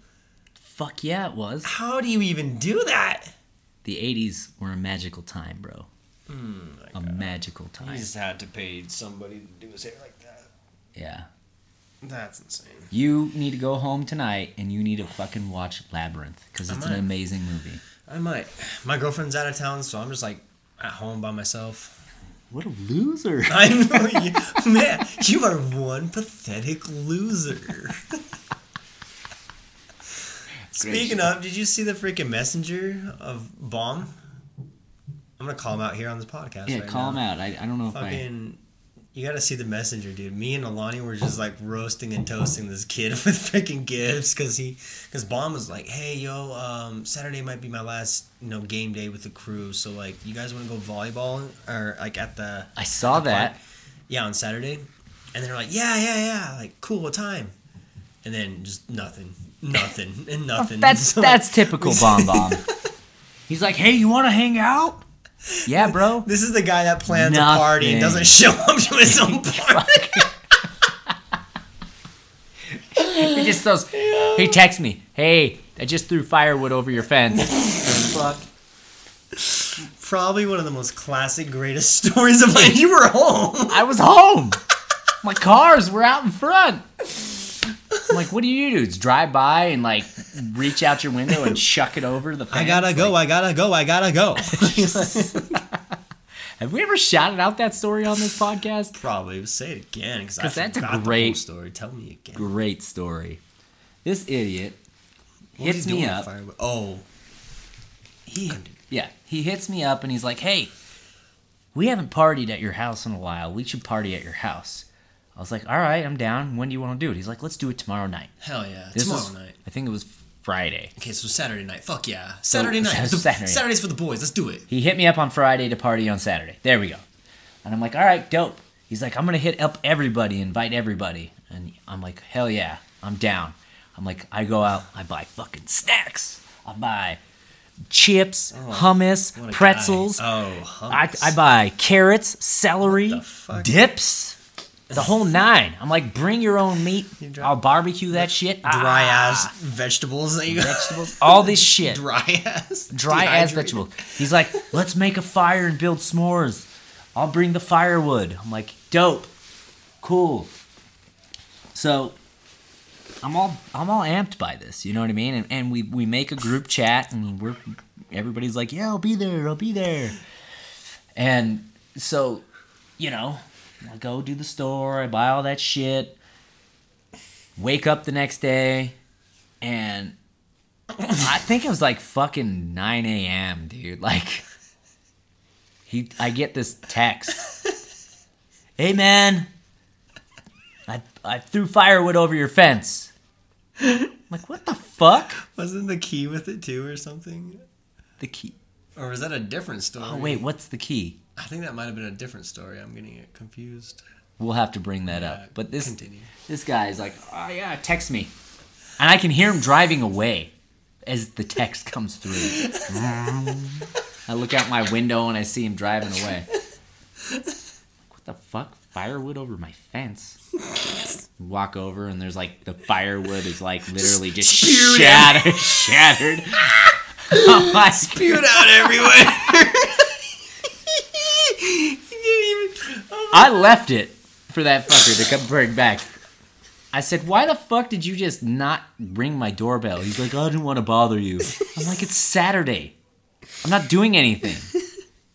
S2: Fuck yeah, it was.
S1: How do you even do that?
S2: The 80s were a magical time, bro.
S1: Hmm,
S2: a magical time.
S1: had to pay somebody to do his hair like that.
S2: Yeah.
S1: That's insane.
S2: You need to go home tonight and you need to fucking watch Labyrinth because it's an
S1: might.
S2: amazing movie.
S1: I might. My girlfriend's out of town, so I'm just like at home by <laughs> myself.
S2: What a
S1: <laughs>
S2: loser.
S1: I know you, man. You are one pathetic <laughs> loser. Speaking of, did you see the freaking messenger of bomb? I'm gonna call him out here on this podcast.
S2: Yeah,
S1: right
S2: call him
S1: now.
S2: out. I, I don't know if I.
S1: Fucking, you gotta see the messenger, dude. Me and Alani were just like roasting and toasting this kid <laughs> with freaking gifts because he, because Bomb was like, "Hey, yo, um, Saturday might be my last, you know, game day with the crew. So like, you guys want to go volleyball or like at the,
S2: I saw that.
S1: yeah, on Saturday?" And they're like, "Yeah, yeah, yeah. Like, cool. What time?" And then just nothing,
S2: <laughs>
S1: nothing, and nothing. <laughs>
S2: That's
S1: So,
S2: that's typical
S1: <laughs>
S2: Bomb Bomb. He's like, hey, you want to hang out?
S1: <laughs>
S2: Yeah, bro.
S1: This is the guy that plans a party and
S2: Nothing.
S1: doesn't show up to his
S2: <laughs>
S1: own party.
S2: He just throws. He texts me, hey, I just threw firewood over
S1: <laughs>
S2: your fence. Fuck.
S1: Probably one of the most classic, greatest <laughs> stories of when you were home.
S2: I was home. My cars were out in front. I'm like, what do you do? It's drive by and like reach out your
S1: <laughs>
S2: window and chuck it over the fence.
S1: I gotta go, I gotta go, I gotta go. <laughs>
S2: Have we ever shouted out that story on this podcast?
S1: Probably say it again because
S2: Because that's a
S1: forgot the whole
S2: great-
S1: story. Tell me again.
S2: Great story. This idiot
S1: What was
S2: hits
S1: he
S2: me
S1: doing with
S2: up.
S1: firewood? Oh, he.
S2: Yeah, he hits me up and he's like, "Hey, we haven't partied at your house in a while. We should party at your house." I was like, "All right, I'm down. When do you want to do it?" He's like, "Let's do it tomorrow night."
S1: Hell yeah!
S2: This
S1: tomorrow
S2: was-
S1: night.
S2: I think it was Friday.
S1: Okay, so Saturday night. Fuck yeah. Saturday night.
S2: so Saturday.
S1: Saturday's for the boys. Let's do it.
S2: He hit me up on Friday to party on Saturday. There we go. And I'm like, all right, dope. He's like, I'm gonna hit up everybody, invite everybody. And I'm like, hell yeah, I'm down. I'm like, I go out, I buy fucking snacks. I buy chips,
S1: Oh, What
S2: hummus,
S1: a
S2: pretzels.
S1: guy. Oh,
S2: I,
S1: hummus.
S2: I buy carrots, celery,
S1: What the fuck?
S2: dips,
S1: <laughs>
S2: the whole nine. I'm like, bring your own meat.
S1: dry-
S2: I'll barbecue that shit.
S1: dry
S2: Ah,
S1: ass vegetables that you got.
S2: vegetables, all this
S1: <laughs>
S2: shit.
S1: dry ass.
S2: dry as
S1: Dehydrated.
S2: vegetables. He's like, let's make a fire and build s'mores. I'll bring the firewood. I'm like, dope, cool. So I'm all I'm all amped by this. You know what I mean? And, and we we make a group chat and we're everybody's like, yeah, I'll be there. I'll be there. And so, you know, I go to the store. I buy all that shit. Wake up the next day, and I think it was like fucking 9 a.m., dude. Like, he, I get this text. Hey, man, I, I threw firewood over your fence. I'm like, what the fuck?
S1: Wasn't the key with it too, or something?
S2: The key.
S1: Or was that a different story?
S2: Oh, wait, what's the key?
S1: I think that might have been a different story. I'm getting it confused.
S2: We'll have to bring that
S1: Yeah,
S2: up. But
S1: <laughs>
S2: this,
S1: continue.
S2: this guy is like, oh, yeah, text me. And I can hear him driving away as the text comes through. I look out my window and I see him driving away. What the fuck? Firewood over my fence. Walk over and there's like the firewood is like literally just
S1: Spewed
S2: shattered, <laughs> shattered. I'm like,
S1: Spewed out everywhere. you didn't even. Oh
S2: I left it for that fucker to come bring back. I said, "Why the fuck did you just not ring my doorbell?" He's like, "I didn't want to bother you." I'm like, "It's Saturday. I'm not doing anything.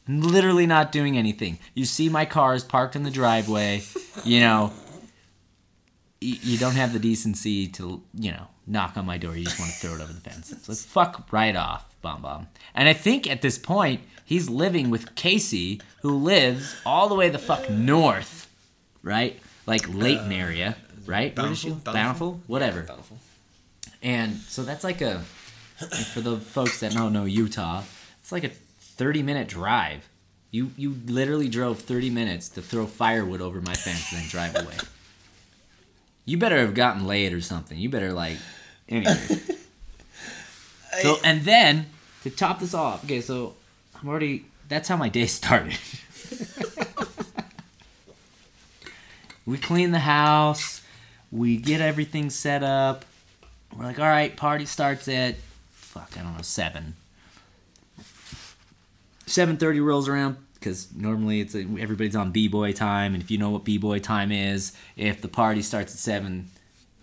S2: I'm literally not doing anything. You see my car is parked in the driveway. You know, you, you don't have the decency to, you know, knock on my door. You just want to throw it over the fence. So fuck right off, Bomb Bomb. And I think at this point, he's living with Casey, who lives all the way the fuck north, right? Like Leighton area, <laughs> right? Where is she?
S1: Bountiful?
S2: Bountiful?
S1: Bountiful?
S2: Whatever.
S1: Bountiful.
S2: And so that's like a, like, for the folks that don't know Utah, it's like a 30 minute drive. You, you literally drove 30 minutes to throw firewood over my fence and then drive away. You better have gotten laid or something. You better like, anyway. so and then to top this all off, okay. So I'm already. That's how my day started. <laughs> we clean the house. We get everything set up. We're like, all right, party starts at fuck, I don't know, seven. Seven thirty rolls around because normally it's a, everybody's on b boy time, and if you know what b boy time is, if the party starts at seven,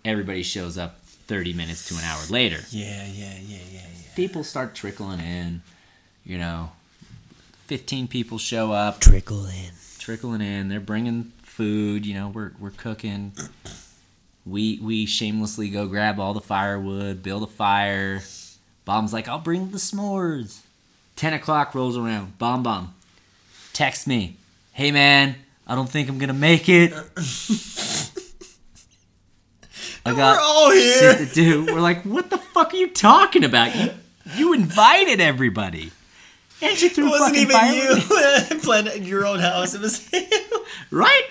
S2: everybody shows up thirty minutes to an hour later
S1: Yeah, yeah, yeah, yeah, yeah.
S2: people start trickling in. You know, 15 people show up,
S1: Trickle in.
S2: trickling in. They're bringing food. You know, we're, we're cooking. We we shamelessly go grab all the firewood, build a fire. Bomb's like, I'll bring the s'mores. 10 o'clock rolls around. Bomb Bomb text me. Hey, man, I don't think I'm going to
S1: <laughs>
S2: make it. I
S1: We're all here.
S2: shit to do. We're like, what the fuck are you talking about? You, you invited everybody. And <laughs> you
S1: It
S2: threw
S1: wasn't
S2: fucking
S1: even <laughs>
S2: fireworks.
S1: you playing at your own house. It was <laughs> him.
S2: Right?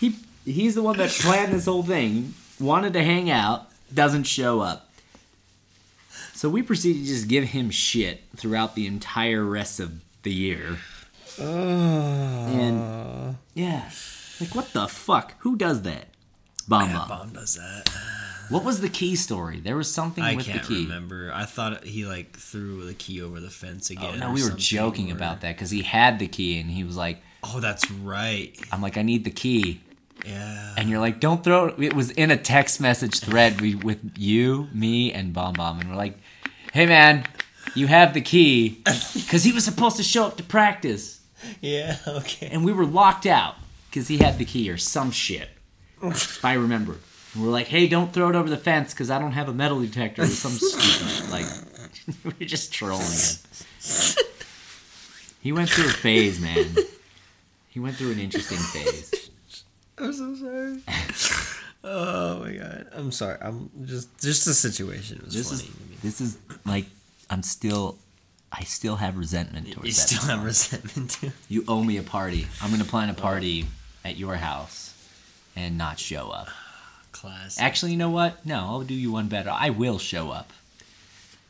S2: He he's the one that planned this whole thing. Wanted to hang out, doesn't show up. So we proceed to just give him shit throughout the entire rest of the year. And yeah. Like what the fuck? Who does that? Bamba.
S1: Bomb does that.
S2: What was the key story? There was something
S1: I
S2: with the
S1: can't
S2: key.
S1: remember. I thought he like threw the key over the fence again.
S2: Oh, no,
S1: or
S2: we were
S1: something,
S2: joking
S1: or-
S2: about that because he had the key and he was like,
S1: Oh, that's right.
S2: I'm like, I need the key.
S1: Yeah.
S2: And you're like, don't throw it. It was in a text message thread we, with you, me, and Bomb Bomb. And we're like, hey, man, you have the key. Because he was supposed to show up to practice.
S1: Yeah. <laughs> Okay.
S2: And we were locked out because he had the key or some shit, if I remember. And we're like, hey, don't throw it over the fence because I don't have a metal detector or some stupid. Like, <laughs> we we're just trolling him. He went through a phase, man. He went through an interesting phase.
S1: I'm so sorry. <laughs> Oh my god. I'm sorry. I'm just just the situation was
S2: This
S1: funny. to
S2: is
S1: me.
S2: this is like I'm still I still have resentment towards
S1: you
S2: that.
S1: still have resentment too.
S2: you owe me a party. I'm gonna plan a party at your house and not show up.
S1: Class.
S2: Actually, you know what? No, I'll do you one better. I will show up.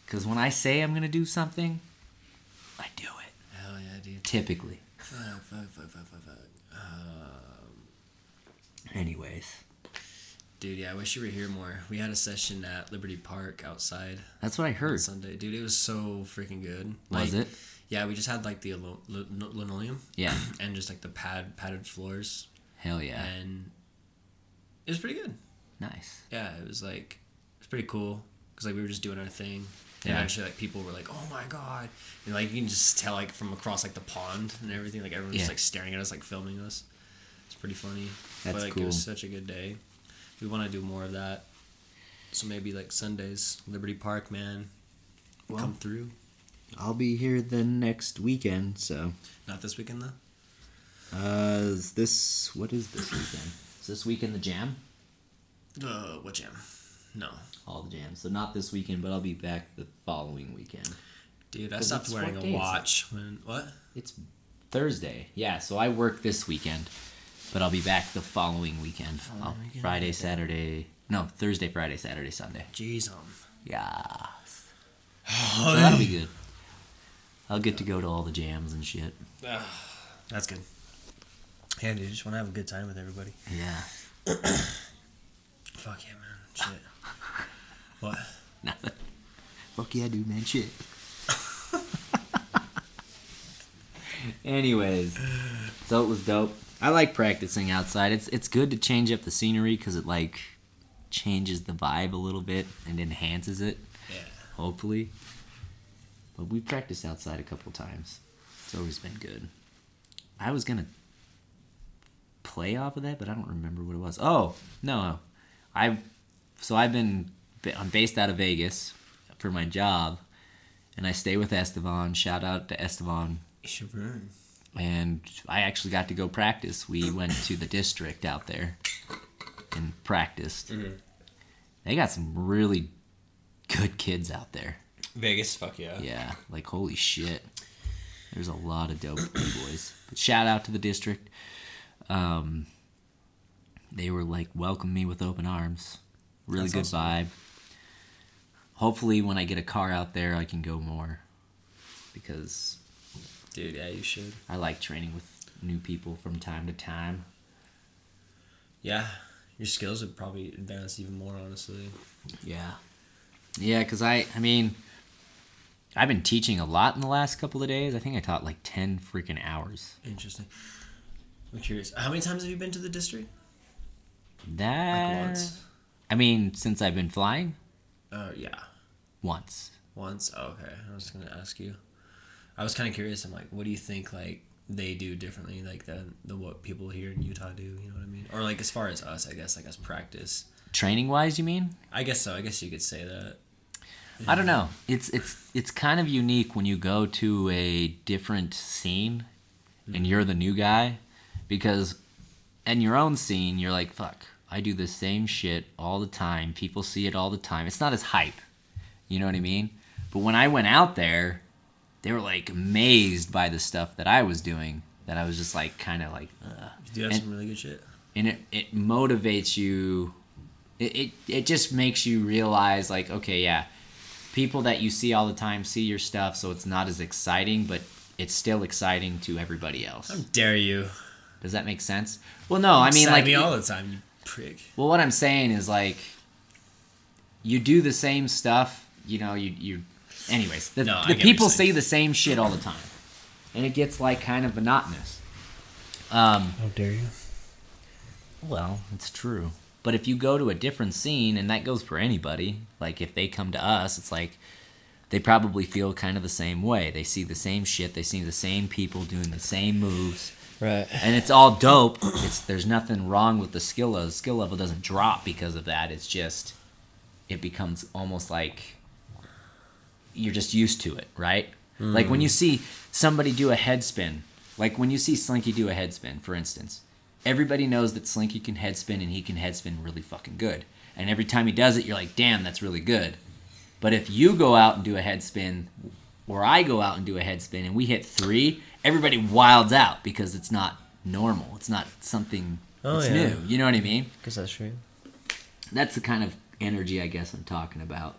S2: Cause when I say I'm gonna do something, I do it.
S1: Hell yeah, dude.
S2: Typically.
S1: Fuck, fuck, fuck, fuck, fuck, fuck.
S2: Anyways.
S1: Dude, yeah, I wish you were here more. We had a session at Liberty Park outside
S2: That's what I heard.
S1: Sunday. Dude, it was so freaking good. Like,
S2: Was it?
S1: Yeah, we just had like the lino- lino- linoleum
S2: Yeah.
S1: and just like the pad padded floors,
S2: Hell yeah.
S1: and it was pretty good.
S2: Nice.
S1: Yeah, it was like it was pretty cool because like we were just doing our thing. And
S2: Yeah.
S1: actually, like people were like, "Oh my god!" And like you can just tell like from across like the pond and everything, like everyone's
S2: Yeah.
S1: just like staring at us, like filming us. It's pretty funny.
S2: That's
S1: but like it
S2: cool.
S1: was such a good day. We want to do more of that. So maybe like Sundays, Liberty Park, man,
S2: Well-
S1: come through.
S2: I'll be here the next weekend, so
S1: Not this weekend though.
S2: uh is this what is this weekend? Is this weekend the jam?
S1: Uh, what jam? No,
S2: All the jams. So not this weekend, but I'll be back the following weekend.
S1: dude, I
S2: Well,
S1: stopped
S2: that's
S1: wearing a
S2: what day is it?
S1: watch when what?
S2: It's Thursday. Yeah, so I work this weekend, but I'll be back the following weekend. I'll-
S1: weekend.
S2: Friday, Saturday. No, Thursday, Friday, Saturday, Sunday.
S1: Jeez, um.
S2: Yeah. So that'll be good. I'll get to go to all the jams and shit.
S1: That's good. Yeah, dude, just want to have a good time with everybody.
S2: Yeah.
S1: Fuck yeah, man. Shit. what?
S2: Nothing. Fuck yeah, dude, man. Shit. <laughs> Anyways, so it was dope. I like practicing outside. It's it's good to change up the scenery because it like changes the vibe a little bit and enhances it.
S1: Yeah.
S2: Hopefully, but we practiced outside a couple times. It's always been good. I was gonna play off of that, but I don't remember what it was. Oh no, I so I've been I'm based out of Vegas for my job, and I stay with Estevan. Shout out to Estevan.
S1: Chevron.
S2: And I actually got to go practice. We went to the district out there and practiced. They got some really good kids out there.
S1: Vegas, fuck yeah.
S2: Yeah, like holy shit. There's a lot of dope <coughs> boys. But shout out to the district. Um, they were like welcome me with open arms. Really
S1: That's
S2: good
S1: awesome.
S2: vibe. Hopefully, when I get a car out there, I can go more because
S1: Dude, yeah, you should.
S2: I like training with new people from time to time.
S1: Yeah. Your skills would probably advance even more, honestly.
S2: Yeah. Yeah, because I, I mean, I've been teaching a lot in the last couple of days. I think I taught like 10 freaking hours.
S1: Interesting. I'm curious. How many times have you been to the district?
S2: That.
S1: once?
S2: I mean, since I've been flying,
S1: Uh, yeah.
S2: once.
S1: Once? Oh, okay. I was going to ask you. I was kind of curious. I'm like, what do you think, like, they do differently, like, than the what people here in Utah do? You know what I mean? Or, like, as far as us, I guess, like, as practice.
S2: Training wise, you mean?
S1: I guess so. I guess you could say that.
S2: I don't know. It's it's it's kind of unique when you go to a different scene and you're the new guy because in your own scene you're like fuck, I do the same shit all the time. People see it all the time. It's not as hype. You know what I mean? But when I went out there, they were like amazed by the stuff that I was doing that I was just like kind of like Ugh
S1: You do have
S2: And-
S1: some really good shit.
S2: and it, it motivates you it, it it just makes you realize like okay yeah people that you see all the time see your stuff so it's not as exciting but it's still exciting to everybody else
S1: Dare you?
S2: does that make sense well no i mean
S1: Stab
S2: like
S1: me all the time, you prick.
S2: well what i'm saying is like you do the same stuff you know you you anyways the,
S1: No, I
S2: the
S1: get what
S2: people
S1: you're saying.
S2: say the same shit all the time and it gets like kind of monotonous
S1: How dare you?
S2: Well, it's true. But if you go to a different scene, and that goes for anybody, like if they come to us, it's like they probably feel kind of the same way. They see the same shit, they see the same people doing the same moves,
S1: Right.
S2: and it's all dope. It's there's nothing wrong with the skill level. The skill level doesn't drop because of that. It's just it becomes almost like you're just used to it, right?
S1: Hmm.
S2: Like when you see somebody do a head spin, like when you see Slinky do a head spin, for instance, everybody knows that Slinky can headspin and he can headspin really fucking good. And every time he does it, you're like, damn, that's really good. But if you go out and do a headspin, or I go out and do a headspin, and we hit three, everybody wilds out because it's not normal. It's not something
S1: Oh,
S2: that's
S1: yeah.
S2: new. You know what I mean?
S1: Because that's true.
S2: that's the kind of energy I guess I'm talking about.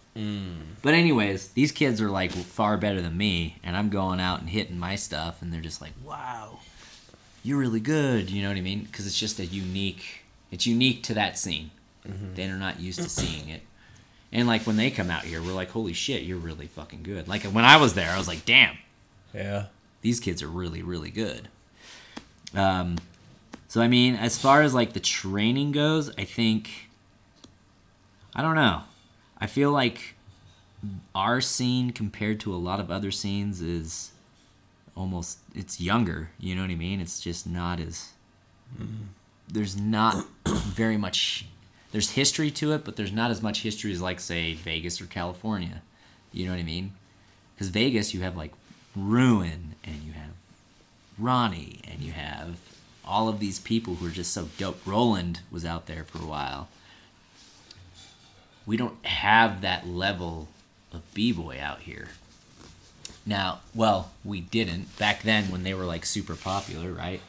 S2: But anyways, these kids are like far better than me, and I'm going out and hitting my stuff, and they're just like, "Wow, you're really good." You know what I mean? Because it's just a unique. It's unique to that scene. They're not used to seeing it. And like when they come out here, we're like, "Holy shit, you're really fucking good!" Like when I was there, I was like, "Damn,
S1: Yeah.
S2: these kids are really really good um so i mean as far as like the training goes i think i don't know i feel like our scene compared to a lot of other scenes is almost it's younger you know what i mean it's just not as there's not <coughs> very much there's history to it but there's not as much history as like say vegas or california you know what i mean because Vegas, you have like Ruin, and you have Ronnie, and you have all of these people who are just so dope. Roland was out there for a while. We don't have that level of b boy out here. Now, well, we didn't back then when they were like super popular, right?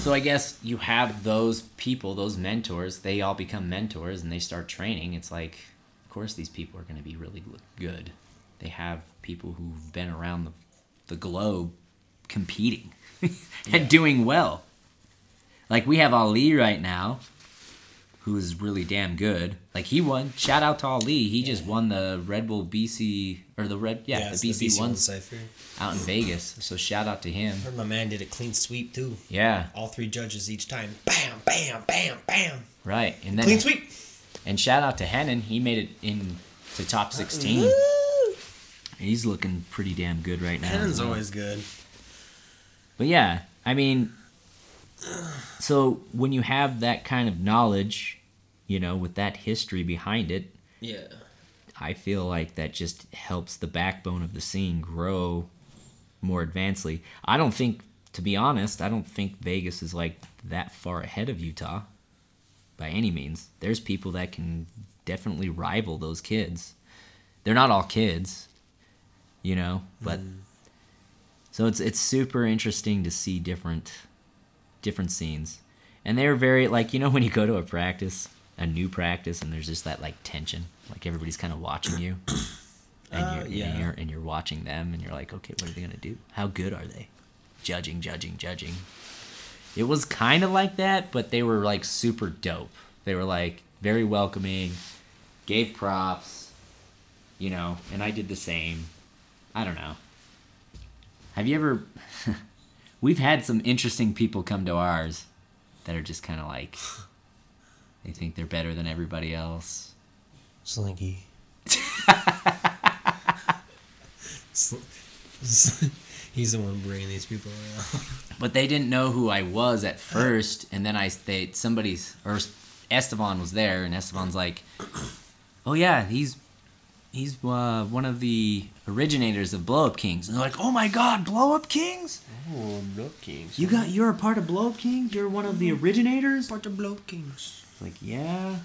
S2: So I guess you have those people, those mentors. They all become mentors and they start training. It's like, of course, these people are going to be really gl- good. They have people who've been around the, the globe competing <laughs> and doing well. Like we have Ali right now, who is really damn good. Like he won. Shout out to Ali. He just won the Red Bull BC or the Red yeah,
S1: it's
S2: the BC,
S1: one
S2: ones
S1: cipher.
S2: out in Vegas. So shout out to him.
S1: Heard my man did a clean sweep too.
S2: Yeah,
S1: All three judges each time. Bam, bam, bam, bam.
S2: right. And then
S1: Clean sweep.
S2: And shout out to Hennon, he made it in to top 16. He's looking pretty damn good right now.
S1: Cannon's always good.
S2: But yeah, I mean, so when you have that kind of knowledge, you know, with that history behind it,
S1: Yeah.
S2: I feel like that just helps the backbone of the scene grow more advancedly. I don't think, to be honest, I don't think Vegas is like that far ahead of Utah by any means. There's people that can definitely rival those kids. They're not all kids, you know, but
S1: Mm.
S2: so it's it's super interesting to see different different scenes. And they're very like you know when you go to a practice, a new practice, and there's just that like tension, like everybody's kind of
S1: <coughs>
S2: watching you, and
S1: Uh,
S2: you're,
S1: yeah.
S2: and you're and you're watching them, and you're like, okay, what are they gonna do? How good are they? Judging, judging, judging. It was kind of like that, but they were like super dope. They were like very welcoming, gave props, you know, and I did the same. I don't know. Have you ever? <laughs> We've had some interesting people come to ours that are just kind of like they think they're better than everybody else.
S1: Slinky. Sl- sl- <laughs> He's the one bringing these people around.
S2: But they didn't know who I was at first, and then I they somebody's or Esteban was there, and Esteban's like, "Oh yeah, he's he's uh, one of the originators of Blow Up Kings." And they're like, "Oh my God, Blow Up Kings!
S1: Oh, blockings.
S2: You got you're a part of Blow Up Kings. You're one of the originators."
S1: part of blockings.
S2: Like, yeah.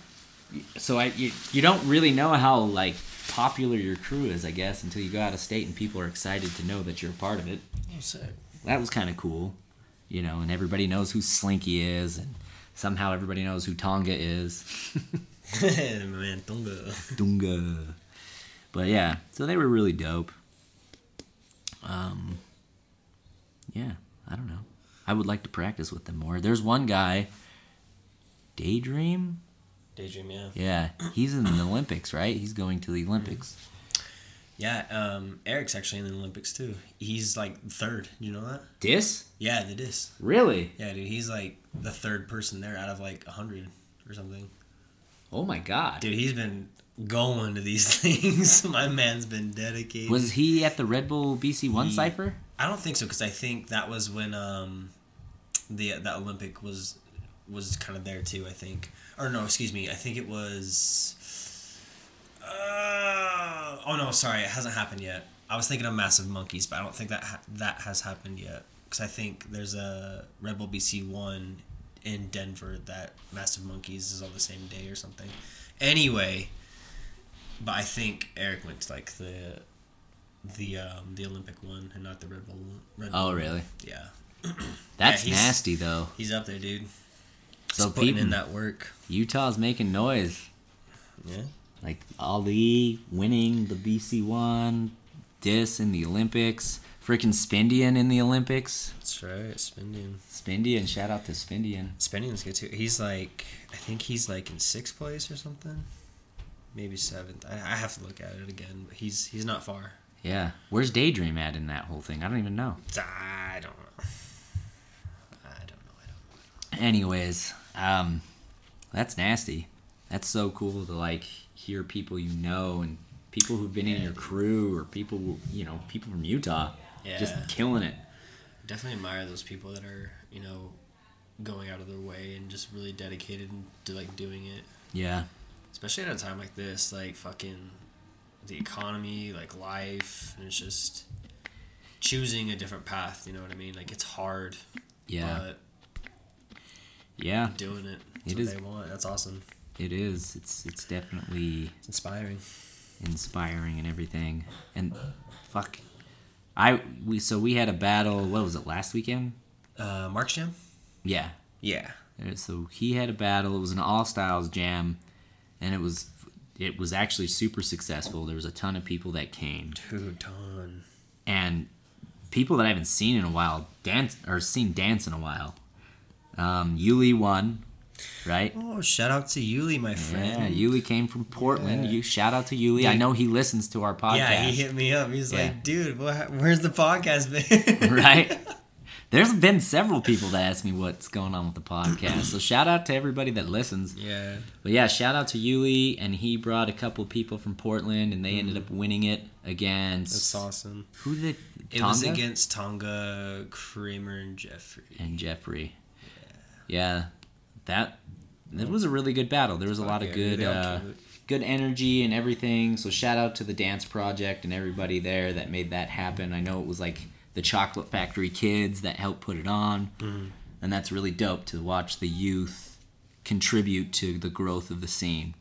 S2: So I, you, you don't really know how like popular your crew is, I guess, until you go out of state and people are excited to know that you're a part of it.
S1: Oh, sick.
S2: That was kind of cool, you know. And everybody knows who Slinky is, and somehow everybody knows who Tonga is.
S1: <laughs> Man, Tonga.
S2: Dunga. But yeah, so they were really dope. Um, yeah, I don't know. I would like to practice with them more. There's one guy, Daydream.
S1: Daydream, yeah.
S2: Yeah, he's in the Olympics, right? He's going to the Olympics.
S1: Yeah, um, Eric's actually in the Olympics too. He's like third. You know that?
S2: Dis?
S1: Yeah, it is.
S2: Really?
S1: Yeah, dude, he's like the third person there out of like a hundred or something.
S2: Oh my god.
S1: Dude, he's been going to these <laughs> things. My man's been dedicated.
S2: Was he at the Red Bull BC One
S1: He-
S2: cipher?
S1: I don't think so because I think that was when um, the that Olympic was was kind of there too. I think, or no, excuse me. I think it was. Uh, oh no, sorry, it hasn't happened yet. I was thinking of massive monkeys, but I don't think that ha- that has happened yet. because I think there's a Red Bull BC one in Denver that Massive Monkeys is on the same day or something. Anyway, but I think Eric went to like the the um, the Olympic one and not the Red Bull. Red Bull.
S2: Oh, really?
S1: Yeah,
S2: That's
S1: Yeah, he's-
S2: nasty, though.
S1: he's up there, dude.
S2: So
S1: Just putting
S2: people-
S1: in that work.
S2: Utah's making noise.
S1: Yeah.
S2: Like Ali winning the BC one, Dis in the Olympics, freaking Spindian in the Olympics.
S1: That's right, Spindian.
S2: Spindian, shout out to Spindian.
S1: Spindian's good too. He's like, I think he's like in sixth place or something, maybe seventh. I, I have to look at it again, but he's he's not far.
S2: Yeah, where's Daydream at in that whole thing? I don't even know.
S1: I don't know. I don't know. I don't.
S2: Anyways, um, that's nasty. That's so cool to like hear people you know and people who've been in your crew or people who- you know people from Utah,
S1: Yeah.
S2: just killing it.
S1: Definitely admire those people that are you know going out of their way and just really dedicated to like doing it,
S2: Yeah,
S1: especially at a time like this, like fucking the economy, like life, and it's just choosing a different path. You know what I mean? Like it's hard,
S2: yeah,
S1: but
S2: yeah.
S1: doing it. That's
S2: It
S1: what
S2: is-
S1: they want. That's awesome.
S2: It is. It's it's definitely
S1: It's inspiring.
S2: inspiring and everything. And fuck, I we so we had a battle. What was it last weekend?
S1: Uh, Mark's Jam?
S2: Yeah,
S1: Yeah.
S2: Uh, So he had a battle. It was an all styles jam, and it was it was actually super successful. There was a ton of people that came,
S1: Dude, ton.
S2: and people that I haven't seen in a while dance or seen dance in a while. Um, Yuli won, right?
S1: Oh, shout out to Yuli, my
S2: Yeah,
S1: friend.
S2: Yuli came from Portland. You shout out to Yuli. I know he listens to our podcast.
S1: Yeah, he hit me up. He's
S2: Yeah.
S1: like, dude, what, where's the podcast been?
S2: <laughs> right? There's been several people that ask me what's going on with the podcast. So shout out to everybody that listens.
S1: yeah.
S2: But yeah, shout out to Yuli, and he brought a couple people from Portland, and they ended up winning it against
S1: Mm-hmm. That's awesome.
S2: who did
S1: It was
S2: Tonga?
S1: against Tonga, Kramer, and Jeffrey.
S2: and Jeffrey. Yeah, that that was a really good battle. There was a lot of
S1: yeah,
S2: good
S1: they all
S2: uh,
S1: killed it.
S2: good energy and everything. So shout out to the dance project and everybody there that made that happen. I know it was like the Chocolate Factory kids that helped put it on, and that's really dope to watch the youth contribute to the growth of the scene.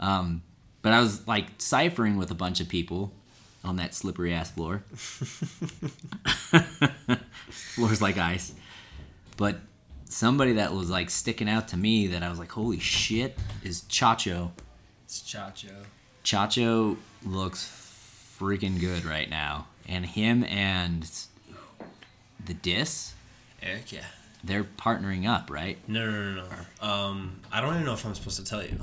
S2: Um, but I was like ciphering with a bunch of people on that slippery ass floor. <laughs> Floor's like ice. But somebody that was like sticking out to me that I was like, holy shit, is Chacho.
S1: It's Chacho.
S2: Chacho looks freaking good right now. And him and the Dis,
S1: Eric, yeah.
S2: they're partnering up, right?
S1: No, no, no, no. Um, I don't even know if I'm supposed to tell you.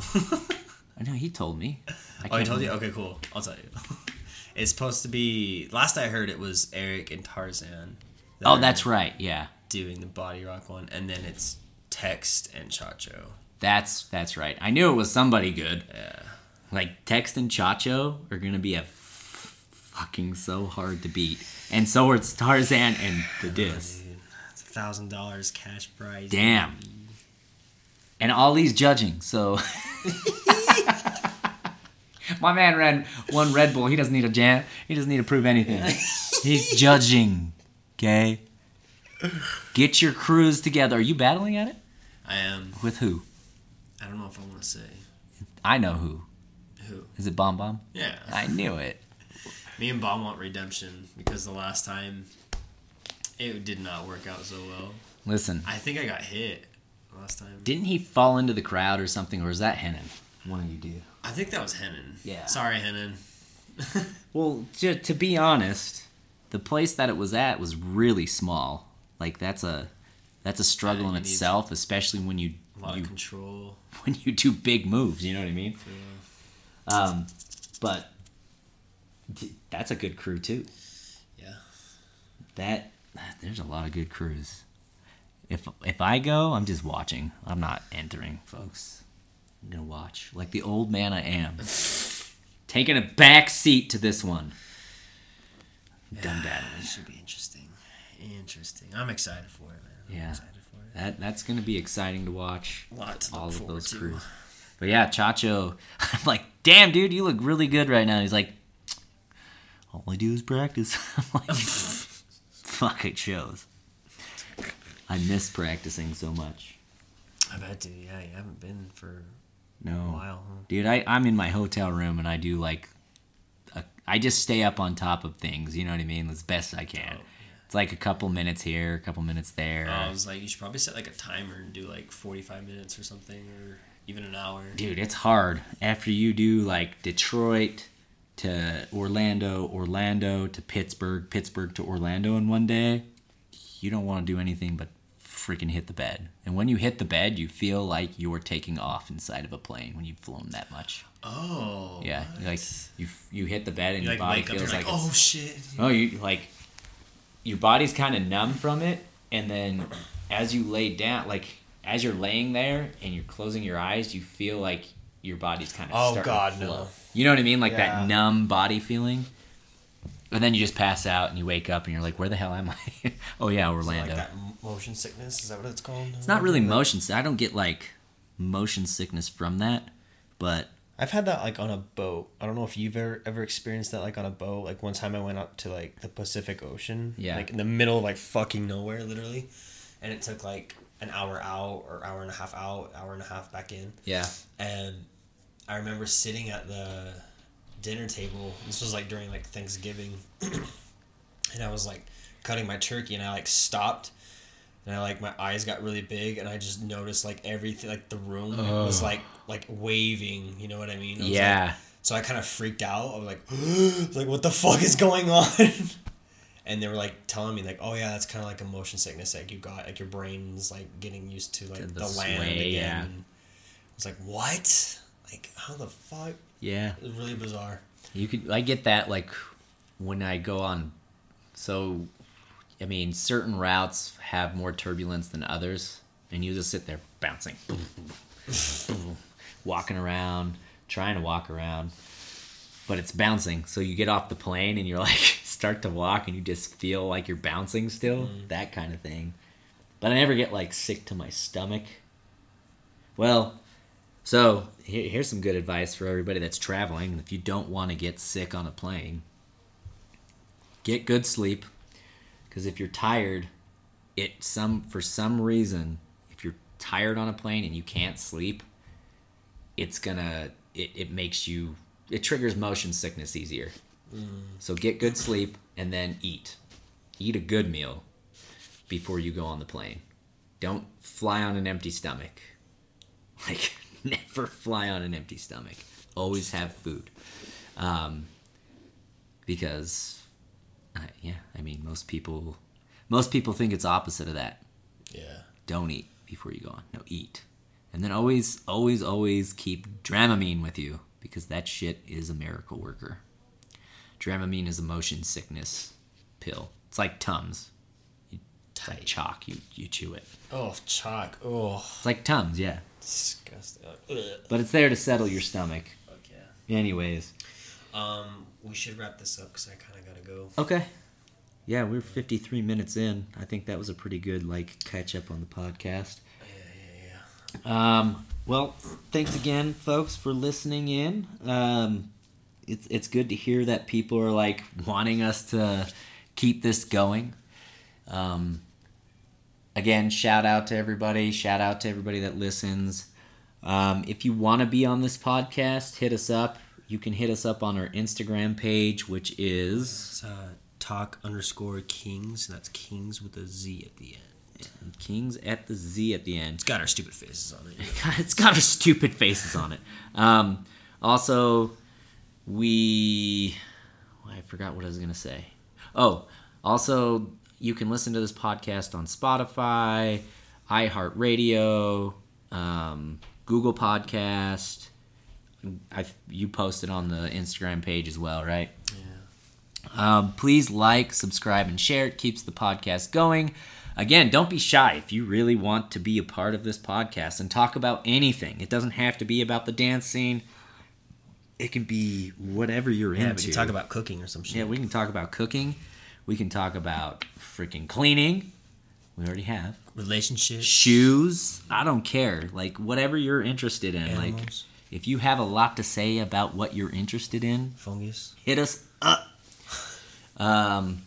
S1: <laughs>
S2: I know he told me.
S1: oh, I
S2: can't
S1: told you?
S2: remember.
S1: Okay, cool. I'll tell you. <laughs> it's supposed to be. Last I heard, it was Eric and Tarzan. that
S2: Oh,
S1: are
S2: that's right. Yeah.
S1: Doing the body rock one, and then it's text and Chacho.
S2: That's that's right. I knew it was somebody good.
S1: Yeah.
S2: Like Text and Chacho are gonna be a f- fucking so hard to beat, and so are Tarzan and the Dis.
S1: Dude, it's a thousand dollars cash prize.
S2: Damn. And Ollie's judging, so. My man ran one Red Bull. He doesn't need a jam. He doesn't need to prove anything. He's judging. Okay. Get your crews together. Are you battling at it
S1: I am.
S2: with who?
S1: I don't know if I want to say
S2: I know who.
S1: who.
S2: Is it Bomb Bomb?
S1: Yeah.
S2: I knew it.
S1: Me and Bomb want redemption because the last time it did not work out so well.
S2: Listen,
S1: I think I got hit last time.
S2: Didn't he fall into the crowd or something, or is that Henan? One of you do.
S1: I think that was Henan.
S2: Yeah.
S1: Sorry, Henan.
S2: Well, to, to be honest, the place that it was at was really small. Like that's a that's a struggle
S1: Yeah,
S2: in
S1: you need-
S2: itself, especially when you,
S1: A lot
S2: you
S1: of control.
S2: <laughs> when you do big moves. You know what I mean?
S1: Yeah.
S2: Um, but d- that's a good crew too.
S1: Yeah.
S2: That there's a lot of good crews. If if I go, I'm just watching. I'm not entering, folks. I'm gonna watch like the old man I
S1: <laughs>
S2: am, taking a back seat to this one. Done battling.
S1: It should be interesting. Interesting. I'm excited for it, man. I'm
S2: Yeah.
S1: excited for it.
S2: That that's gonna be exciting to watch.
S1: A lot to look
S2: all of
S1: forward
S2: those
S1: to.
S2: crews. But yeah, Chacho, <laughs> I'm like, damn, dude, you look really good right now. He's like, <laughs> all I do is practice. I'm like, fuck, it shows. I miss practicing so much.
S1: I bet, dude. Yeah, you haven't been for
S2: No.
S1: a while. Huh?
S2: Dude, I, I'm in my hotel room and I do like, a, I just stay up on top of things. You know what I mean? As best I can. It's like a couple minutes here, a couple minutes there.
S1: I was like, you should probably set like a timer and do like 45 minutes or something, or even an hour.
S2: Dude, it's hard after you do like Detroit to Orlando, Orlando to Pittsburgh, Pittsburgh to Orlando in one day. You don't want to do anything but freaking hit the bed. And when you hit the bed, you feel like you're taking off inside of a plane when you've flown that much.
S1: Oh.
S2: Yeah,
S1: what?
S2: you like you you hit the bed and
S1: you
S2: your
S1: like
S2: body
S1: wake up,
S2: feels
S1: you're
S2: like,
S1: like,
S2: it's-
S1: oh shit.
S2: Oh, you like your body's kind of numb from it, and then as you lay down, like as you're laying there and you're closing your eyes, you feel like your body's kind of
S1: Oh, God, no.
S2: You know what I mean? Like
S1: Yeah.
S2: that numb body feeling. And then you just pass out and you wake up and you're like, where the hell am I? <laughs> oh yeah, Orlando.
S1: Like that m- motion sickness, is that what it's called?
S2: it's not really motion. si- I don't get like motion sickness from that, but
S1: I've had that like on a boat. I don't know if you've ever ever experienced that like on a boat. Like one time I went out to like the Pacific Ocean.
S2: Yeah.
S1: Like in the middle of like fucking nowhere, literally. And it took like an hour out or hour and a half out, hour and a half back in.
S2: yeah,
S1: And I remember sitting at the dinner table. This was like during like Thanksgiving. <clears throat> and I was like cutting my turkey and I like stopped and I like my eyes got really big and I just noticed like everything like the room was like like waving, you know what I mean? I was, like-
S2: yeah.
S1: so I kind of freaked out. I was like, <gasps> like what the fuck is going <laughs> on? And they were like telling me like, oh yeah, that's kind of like a motion sickness that you got. Like your brain's like getting used to like
S2: To
S1: the,
S2: the
S1: land
S2: sway,
S1: again.
S2: yeah.
S1: And I was like, what? Like how the fuck?
S2: yeah.
S1: It was really bizarre.
S2: You could I get that like when I go on so I mean certain routes have more turbulence than others and you just sit there bouncing <laughs> walking around trying to walk around but it's bouncing so you get off the plane and you're <laughs> like start to walk and you just feel like you're bouncing still that kind of thing but I never get like sick to my stomach well so here, here's some good advice for everybody that's traveling. If you don't want to get sick on a plane, get good sleep. Because if you're tired, it some for some reason, if you're tired on a plane and you can't sleep, it's gonna it, it makes you it triggers motion sickness easier. So get good sleep and then eat. Eat a good meal before you go on the plane. Don't fly on an empty stomach. <laughs> Like, never fly on an empty stomach. Always have food. Um, because, uh, yeah, I mean, most people, most people think it's opposite of that.
S1: Yeah.
S2: Don't eat before you go on. No, eat. And then always, always, always keep Dramamine with you because that shit is a miracle worker. Dramamine is a motion sickness pill. It's like Tums. It's like chalk. You, you chew it.
S1: Oh chalk. Oh
S2: It's like Tums, yeah.
S1: disgusting. Ugh.
S2: But it's there to settle your stomach.
S1: Fuck yeah.
S2: Anyways.
S1: Um, we should wrap this up because I kind of gotta go.
S2: Okay. Yeah, we're 53 minutes in. I think that was a pretty good like catch up on the podcast. Um, well, thanks again, folks, for listening in. Um, it's it's good to hear that people are like wanting us to keep this going. Um, again, shout out to everybody. Shout out to everybody that listens. Um, if you want to be on this podcast, hit us up. You can hit us up on our Instagram page, which is
S1: It's uh, talk underscore kings. And that's kings with a Z at the end.
S2: Kings at the Z at the end. <laughs>
S1: It's got our stupid faces on it.
S2: God, it's got our stupid faces on it. Um, also, we. I forgot what I was going to say. Oh, also, you can listen to this podcast on Spotify, iHeartRadio, um, Google Podcast. I, you posted on the Instagram page as well, right?
S1: Yeah.
S2: Um, please like, subscribe, and share. It keeps the podcast going. Again, don't be shy if you really want to be a part of this podcast and talk about anything. It doesn't have to be about the dance scene. It can be whatever you're
S1: Yeah,
S2: into.
S1: we can talk about cooking or some shit.
S2: yeah, we can talk about cooking. We can talk about freaking cleaning. We already have
S1: Relationships.
S2: shoes. I don't care. Like whatever you're interested in. Like
S1: Animals.
S2: if you have a lot to say about what you're interested in,
S1: Fungus.
S2: hit us up. Um,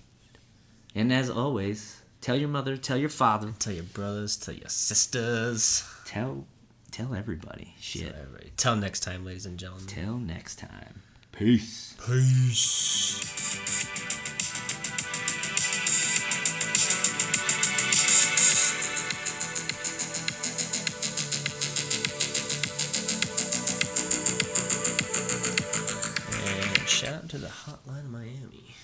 S2: and as always, Tell your mother. Tell your father.
S1: Tell your brothers. Tell your sisters.
S2: Tell tell everybody. Shit.
S1: Tell everybody. Till next time, ladies and gentlemen.
S2: Till next time. Peace.
S1: Peace. And shout out to the Hotline Miami.